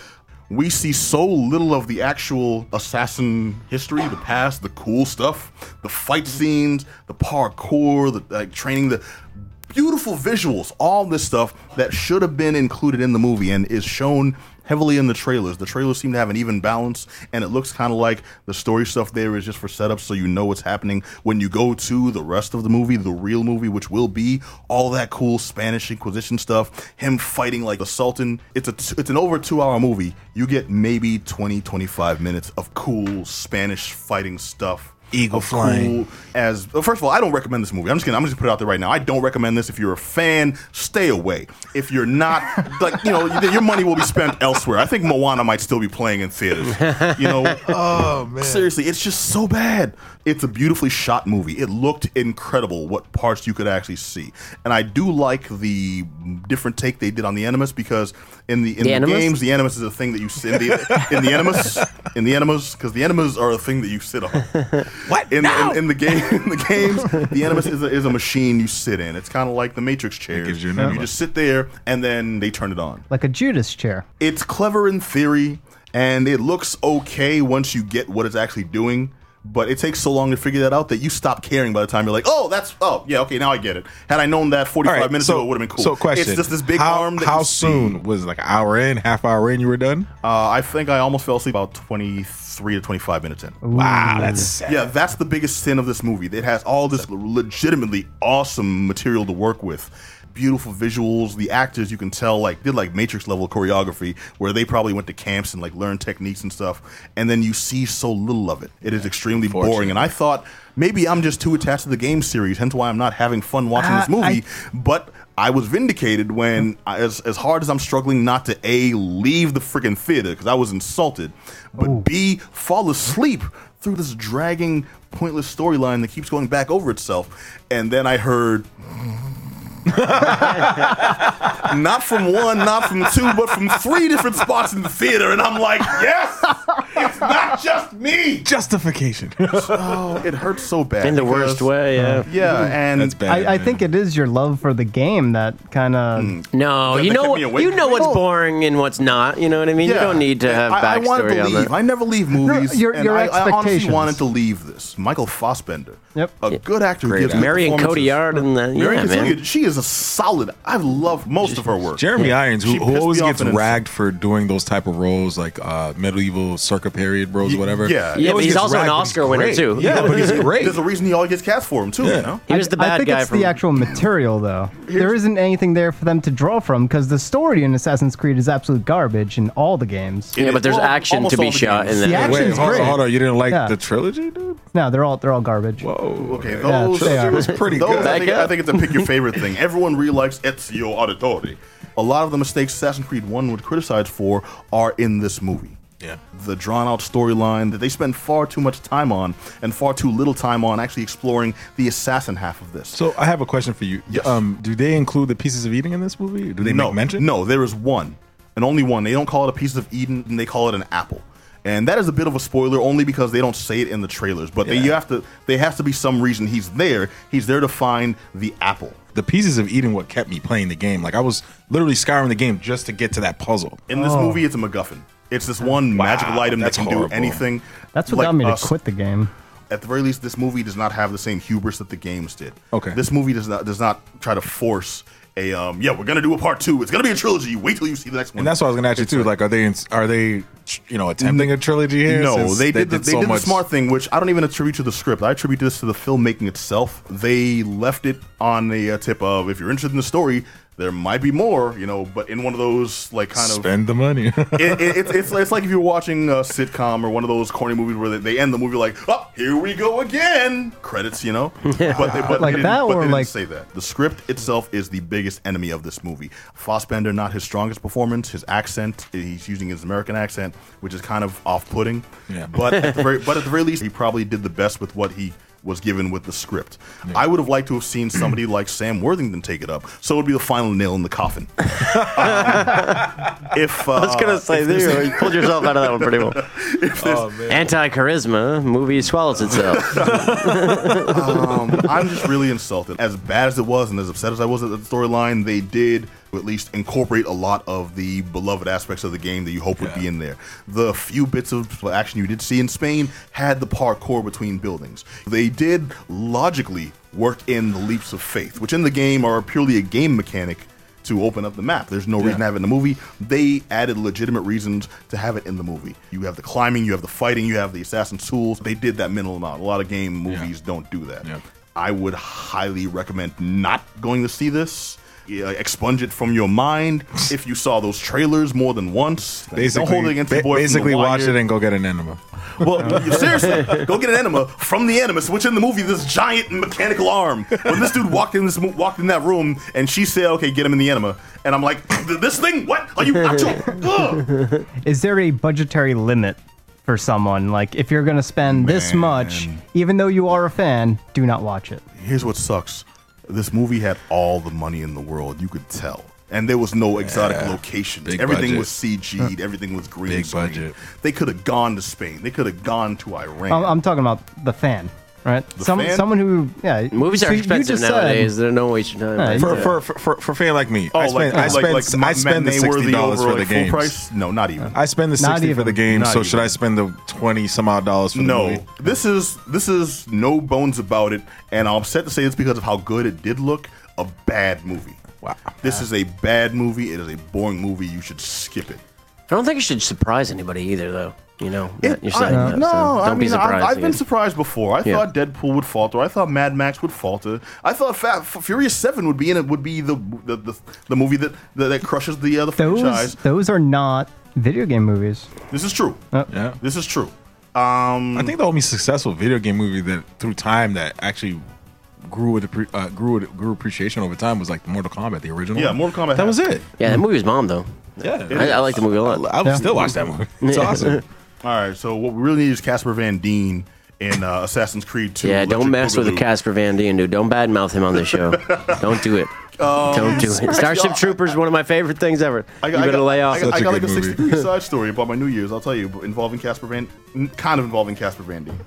Speaker 1: we see so little of the actual assassin history, the past, the cool stuff, the fight scenes, the parkour, the like training, the beautiful visuals, all this stuff that should have been included in the movie and is shown heavily in the trailers. The trailers seem to have an even balance, and it looks kind of like the story stuff there is just for setup so you know what's happening when you go to the rest of the movie, the real movie, which will be all that cool Spanish Inquisition stuff, him fighting like the Sultan. It's a t- it's an over two hour movie. You get maybe 20, 25 minutes of cool Spanish fighting stuff.
Speaker 3: Eagle
Speaker 1: of cool-
Speaker 3: flying.
Speaker 1: as well, first of all, I don't recommend this movie. I'm just gonna I'm just gonna put it out there right now. I don't recommend this. If you're a fan, stay away. If you're not, like you know, your money will be spent elsewhere. I think Moana might still be playing in theaters. You know, oh man, seriously, it's just so bad. It's a beautifully shot movie. It looked incredible. What parts you could actually see, and I do like the different take they did on the Animus because in the in
Speaker 2: The
Speaker 1: the,
Speaker 2: Animus?
Speaker 1: games the Animus is a thing that you sit in the in the Animus in the Animus because the Animus are a thing that you sit on.
Speaker 3: What?
Speaker 1: In, in, in the game, in the games, the Animus is a, is a machine you sit in. It's kind of like the Matrix chairs.
Speaker 3: gives you an
Speaker 1: you
Speaker 3: Animus.
Speaker 1: just sit there, and then they turn it on.
Speaker 4: like a Judas chair.
Speaker 1: It's clever in theory, and it looks okay once you get what it's actually doing. But it takes so long to figure that out that you stop caring by the time you're like, oh, that's oh yeah, okay, now I get it. Had I known that 45 minutes ago, it would have been cool.
Speaker 3: So, question:
Speaker 1: It's just this big
Speaker 3: how,
Speaker 1: arm. That
Speaker 3: how
Speaker 1: you see.
Speaker 3: soon was it like an hour in, half hour in? You were done.
Speaker 1: Uh, I think I almost fell asleep about 23 to 25 minutes in.
Speaker 3: Wow, that's sad.
Speaker 1: Yeah, that's the biggest sin of this movie. It has all this legitimately awesome material to work with. Beautiful visuals, the actors you can tell like did like Matrix level choreography where they probably went to camps and like learned techniques and stuff, and then you see so little of it. It is extremely boring. And I thought maybe I'm just too attached to the game series, hence why I'm not having fun watching
Speaker 4: Uh,
Speaker 1: this movie.
Speaker 4: I-
Speaker 1: but I was vindicated when, I- as, as hard as I'm struggling not to A, leave the freaking theater because I was insulted, but B, fall asleep through this dragging, pointless storyline that keeps going back over itself. And then I heard not from one, not from two, but from three different spots in the theater. And I'm like, yes, it's not just me.
Speaker 3: Justification.
Speaker 1: Oh, it hurts so bad.
Speaker 2: in the
Speaker 1: because- uh,
Speaker 2: worst way. Yeah.
Speaker 1: Yeah, Hmm. and
Speaker 3: That's bad.
Speaker 4: I, I
Speaker 3: man.
Speaker 4: think it is your love for the game that kind of.
Speaker 2: No,
Speaker 1: That-
Speaker 2: you
Speaker 1: that
Speaker 2: know
Speaker 1: kept
Speaker 2: what
Speaker 1: me awake
Speaker 2: you know
Speaker 1: for
Speaker 2: what's
Speaker 1: it.
Speaker 2: boring and what's not. You know what I mean. You
Speaker 1: Yeah.
Speaker 2: don't need to have
Speaker 1: I, I wanted
Speaker 2: backstory
Speaker 1: to
Speaker 2: on
Speaker 1: leave.
Speaker 2: that.
Speaker 1: I never leave movies.
Speaker 4: your-
Speaker 1: and
Speaker 4: your
Speaker 1: I, I honestly
Speaker 4: expectations.
Speaker 1: wanted to leave this. Michael Fossbender.
Speaker 4: Yep.
Speaker 1: A good actor who
Speaker 3: Great
Speaker 1: gives
Speaker 3: actor.
Speaker 1: good
Speaker 2: Mary and
Speaker 1: performances.
Speaker 2: Cotillard and the
Speaker 1: Marion
Speaker 2: yeah, man.
Speaker 1: Cotillard, she is a solid. I've loved most of her work.
Speaker 3: Jeremy Irons,
Speaker 1: She
Speaker 3: who, who
Speaker 1: pissed
Speaker 3: always
Speaker 1: me off
Speaker 3: gets
Speaker 1: in a-
Speaker 3: ragged for doing those type of roles, like uh, medieval circa period roles,
Speaker 1: Ye-
Speaker 3: whatever.
Speaker 1: yeah.
Speaker 3: He
Speaker 1: Yeah,
Speaker 2: but
Speaker 3: always
Speaker 2: he's
Speaker 3: gets
Speaker 2: also an
Speaker 3: ragged, but
Speaker 2: Oscar
Speaker 3: he's
Speaker 2: winner,
Speaker 3: great.
Speaker 2: too.
Speaker 3: Yeah, but he's great.
Speaker 1: There's a reason he always gets cast for him too. You know.
Speaker 2: He was the
Speaker 4: I
Speaker 2: bad
Speaker 4: think
Speaker 2: guy
Speaker 4: it's
Speaker 2: from
Speaker 4: the actual material, though. there isn't anything there for them to draw from because the story in Assassin's Creed is absolute garbage in all the games.
Speaker 2: Yeah, but there's
Speaker 1: Well,
Speaker 2: action
Speaker 1: almost
Speaker 2: to be
Speaker 1: all the
Speaker 2: shot
Speaker 1: games.
Speaker 2: in
Speaker 4: The
Speaker 2: that.
Speaker 4: action-
Speaker 3: Wait,
Speaker 4: Action's
Speaker 3: hold on,
Speaker 4: great.
Speaker 3: hold on. You didn't like
Speaker 4: Yeah.
Speaker 3: the trilogy, dude?
Speaker 4: No, they're all they're all garbage.
Speaker 3: Whoa.
Speaker 1: Okay,
Speaker 4: Yeah,
Speaker 1: those
Speaker 4: they
Speaker 1: those
Speaker 4: are.
Speaker 1: was
Speaker 3: pretty
Speaker 1: those,
Speaker 3: good.
Speaker 1: I think,
Speaker 2: Back
Speaker 1: I
Speaker 2: up.
Speaker 1: think it's a pick your favorite thing. Everyone relikes Ezio Auditore. A lot of the mistakes Assassin's Creed 1 would criticize for are in this movie.
Speaker 3: Yeah.
Speaker 1: The drawn out storyline that they spend far too much time on and far too little time on actually exploring the assassin half of this.
Speaker 3: So I have a question for you.
Speaker 1: Yes.
Speaker 3: Um, do they include the pieces of eating in this movie? Do they
Speaker 1: no,
Speaker 3: make mention?
Speaker 1: No, there is one and only one. They don't call it a piece of Eden, and they call it an apple. And that is a bit of a spoiler, only because they don't say it in the trailers. But they,
Speaker 3: Yeah.
Speaker 1: you have to. There has to be some reason he's there. He's there to find the apple.
Speaker 3: The pieces of eating what kept me playing the game. Like I was literally scouring the game just to get to that puzzle.
Speaker 1: In this movie, it's a MacGuffin. It's this one magical item that
Speaker 3: Oh. that's
Speaker 1: can
Speaker 3: horrible.
Speaker 1: do anything.
Speaker 4: That's what
Speaker 1: like
Speaker 4: got me
Speaker 1: us.
Speaker 4: to quit the game.
Speaker 1: At the very least, this movie does not have the same hubris that the games did.
Speaker 3: Okay.
Speaker 1: This movie does not does not try to force a um. Yeah, we're gonna do a part two. It's gonna be a trilogy. Wait till you see the next one.
Speaker 3: And that's what I was gonna ask you too. Like, are they are they you know attempting a trilogy here?
Speaker 1: No,
Speaker 3: since
Speaker 1: they did. the, they
Speaker 3: so
Speaker 1: did
Speaker 3: much-
Speaker 1: the smart thing, which I don't even attribute to the script. I attribute this to the filmmaking itself. They left it on the uh, tip of if you're interested in the story, there might be more, you know. But in one of those like kind of
Speaker 3: Spend the money.
Speaker 1: it, it, it's, it's, it's like if you're watching a sitcom or one of those corny movies where they, they end the movie like, oh, here we go again, credits, you know. But they, but
Speaker 4: Like
Speaker 1: they didn't,
Speaker 4: that
Speaker 1: but they
Speaker 4: or
Speaker 1: didn't
Speaker 4: like-
Speaker 1: say that. The script itself is the biggest enemy of this movie. Fossbender, not his strongest performance. His accent, he's using his American accent, which is kind of off-putting.
Speaker 3: Yeah.
Speaker 1: But at the very, but at the very least, he probably did the best with what he was given with the script. I would have liked to have seen somebody like Sam Worthington take it up. So it would be the final nail in the coffin. Um, if uh,
Speaker 2: I was gonna say
Speaker 1: if this-
Speaker 2: there you go. You pulled yourself out of that one pretty well. Anti charisma movie swallows itself.
Speaker 1: um, I'm just really insulted. As bad as it was and as upset as I was at the storyline, they did at least incorporate a lot of the beloved aspects of the game that you hope would be in there. The few bits of action you did see in Spain had the parkour between buildings. They did logically work in the leaps of faith, which in the game are purely a game mechanic to open up the map. There's no reason to have it in the movie. They added legitimate reasons to have it in the movie. You have the climbing, you have the fighting, you have the assassin tools. They did that minimal amount. A lot of game movies don't do that.
Speaker 3: Yeah.
Speaker 1: I would highly recommend not going to see this. Yeah, expunge it from your mind if you saw those trailers more than once.
Speaker 3: basically,
Speaker 1: don't hold it against
Speaker 3: ba-
Speaker 1: the boy. from The
Speaker 3: basically watch
Speaker 1: Wire.
Speaker 3: it and go get an enema.
Speaker 1: Well, seriously, go get an enema from the animus, which in the movie this giant mechanical arm. When this dude walked in this mo- walked in that room, and she said, "Okay, get him in the enema," and I'm like, "Th- "This thing? What are you?" I'm too- Ugh."
Speaker 4: Is there a budgetary limit for someone? Like, if you're going to spend this much, even though you are a fan, do not watch it.
Speaker 1: Here's what sucks: this movie had all the money in the world. You could tell. And there was no exotic locations.
Speaker 3: big
Speaker 1: Everything
Speaker 3: budget.
Speaker 1: was CG'd. Everything was green
Speaker 3: Big
Speaker 1: screen.
Speaker 3: budget.
Speaker 1: They could have gone to Spain. They could have gone to Iran.
Speaker 4: I'm, I'm talking about the fan, right? Some,
Speaker 1: fan?
Speaker 4: Someone who, yeah.
Speaker 2: Movies are
Speaker 4: so you
Speaker 2: expensive
Speaker 4: just said-
Speaker 2: nowadays. They're no waste of time.
Speaker 3: For, for, for, for, for fan like me, I
Speaker 1: Oh, like-
Speaker 3: spend, I
Speaker 1: like-
Speaker 3: spend,
Speaker 1: like
Speaker 3: I spend the
Speaker 1: matinee worthy
Speaker 3: sixty dollars
Speaker 1: over,
Speaker 3: for the
Speaker 1: like, full
Speaker 3: game.
Speaker 1: price? No, not even.
Speaker 3: I spend the
Speaker 4: Not
Speaker 3: sixty for
Speaker 4: even.
Speaker 3: the game.
Speaker 1: Not
Speaker 3: so should
Speaker 1: even.
Speaker 3: I spend the twenty some odd dollars for the
Speaker 1: No,
Speaker 3: movie?
Speaker 1: this is this is no bones about it, and I'm upset to say this because of how good it did look. A bad movie.
Speaker 3: Wow.
Speaker 1: This is a bad movie. It is a boring movie. You should skip it.
Speaker 2: I don't think it should surprise anybody either, though. You know, that you're
Speaker 1: I,
Speaker 2: saying that, so
Speaker 1: no,
Speaker 2: don't
Speaker 1: I
Speaker 2: be
Speaker 1: mean
Speaker 2: surprised.
Speaker 1: I've, I've been
Speaker 2: again.
Speaker 1: surprised before. I
Speaker 2: Yeah.
Speaker 1: thought Deadpool would falter. I thought Mad Max would falter. I thought Fa F- Furious Seven would be in it. Would be the the, the, the movie that, that that crushes the uh, the
Speaker 4: Those,
Speaker 1: franchise.
Speaker 4: those are not video game movies.
Speaker 1: This is true.
Speaker 3: Yeah.
Speaker 1: This is true.
Speaker 3: I think the only successful video game movie that through time that actually grew with appre- uh, grew with, grew appreciation over time was like Mortal Kombat, the original.
Speaker 1: Yeah,
Speaker 3: one.
Speaker 1: Mortal Kombat
Speaker 3: That was
Speaker 1: happened.
Speaker 3: it.
Speaker 2: Yeah, that movie was bomb though.
Speaker 3: Yeah,
Speaker 2: I, I like the movie a lot.
Speaker 3: I would still watch that movie. It's awesome.
Speaker 1: All right, so what we really need is Casper Van Dien in uh, Assassin's Creed 2.
Speaker 2: Yeah, don't
Speaker 1: Electric
Speaker 2: mess with the
Speaker 1: Boogaloo.
Speaker 2: Casper Van Dien, dude. Don't badmouth him on this show. don't do it. don't do it. Starship
Speaker 1: Oh, y'all.
Speaker 2: Troopers is one of my favorite things ever. you better lay off.
Speaker 1: I got, I
Speaker 3: Such a
Speaker 1: got like a
Speaker 3: good
Speaker 1: six
Speaker 3: movie.
Speaker 1: degree side story about my New Year's. I'll tell you involving Casper Van, n- kind of involving Casper Van Dien.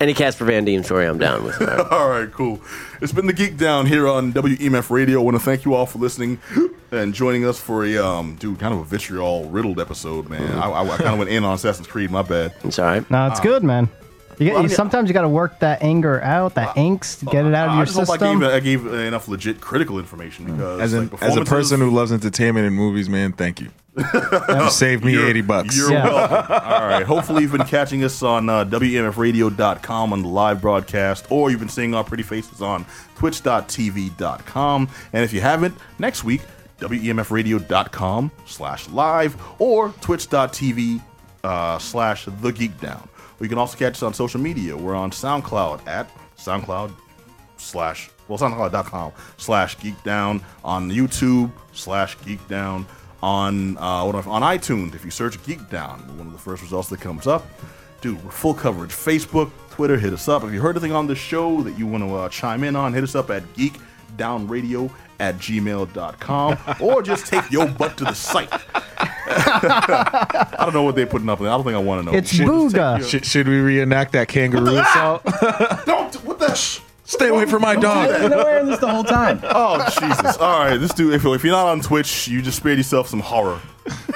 Speaker 2: Any Casper Van Dien story, I'm down with.
Speaker 1: All right, cool. It's been the Geek Down here on WEMF Radio. I want to thank you all for listening and joining us for a um, dude, kind of a vitriol riddled episode, man. I, I, I kind of went in on Assassin's Creed. My bad.
Speaker 2: It's all right.
Speaker 6: Ah.
Speaker 4: No, it's good, man. You, get,
Speaker 1: well, I
Speaker 4: you-
Speaker 1: mean-
Speaker 4: sometimes you got to work that anger out, that angst, get it out of
Speaker 1: I
Speaker 4: your
Speaker 1: just hope I gave,
Speaker 4: system.
Speaker 1: I gave enough legit critical information because
Speaker 3: Mm. As, an,
Speaker 1: like,
Speaker 3: as a person
Speaker 1: performances-
Speaker 3: who loves entertainment and movies, man, thank you. you saved me
Speaker 1: You're-
Speaker 3: eighty bucks.
Speaker 1: You're
Speaker 4: Yeah.
Speaker 1: welcome. All right. Hopefully, you've been catching us on uh, WMFradio.com on the live broadcast, or you've been seeing our pretty faces on twitch.tv.com. And if you haven't, next week, WEMFradio.com slash live or twitch.tv uh, slash the geek down. You can also catch us on social media. We're on SoundCloud at SoundCloud slash well soundcloud.com slash geek down on youtube slash geek down on uh, what- on itunes if you search geek down one of the first results that comes up dude we're full coverage facebook twitter hit us up if you heard anything on this show that you want to uh, chime in on hit us up at geek down radio at gmail.com or just take your butt to the site i don't know what they're putting up there. i don't think i want to know
Speaker 4: It's Booga.
Speaker 3: Should, should we reenact that kangaroo assault?
Speaker 1: don't what the sh-
Speaker 3: Stay away from my dog.
Speaker 6: They're wearing this the whole time.
Speaker 1: Oh Jesus! All right, this dude. If, if you're not on Twitch, you just spared yourself some horror.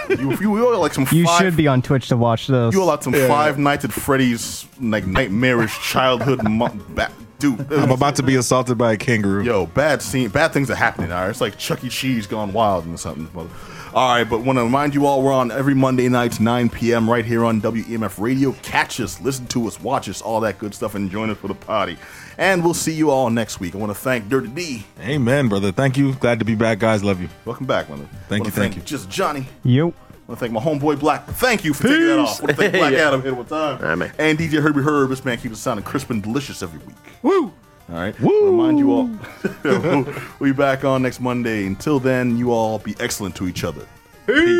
Speaker 1: You, you, you owe like some.
Speaker 4: You
Speaker 1: five,
Speaker 4: should be on Twitch to watch those.
Speaker 1: You owe like some Five Nights at Freddy's like nightmarish childhood. mo- ba- dude,
Speaker 3: I'm about to be assaulted by a kangaroo.
Speaker 1: Yo, bad scene, bad things are happening. All right, it's like Chuck E. Cheese gone wild and something. Mother. All right, but want to remind you all, we're on every Monday night, 9 p.m. right here on WEMF Radio. Catch us, listen to us, watch us, all that good stuff, and join us for the party. And we'll see you all next week. I want to thank Dirty D.
Speaker 3: Amen, brother. Thank you. Glad to be back, guys. Love you.
Speaker 1: Welcome back, Leonard. Wanna
Speaker 3: Thank you, thank you.
Speaker 1: Just Johnny. I
Speaker 4: Yo.
Speaker 1: want to thank my homeboy Black. Thank you for taking that off. I want to thank Black Adam here with time.
Speaker 2: right, man.
Speaker 1: And DJ Herbie Herb. This man keeps it sounding crisp and delicious every week. Woo! All right. Woo! Remind you all. we'll we'll be back on next Monday. Until then, you all be excellent to each other. Peace.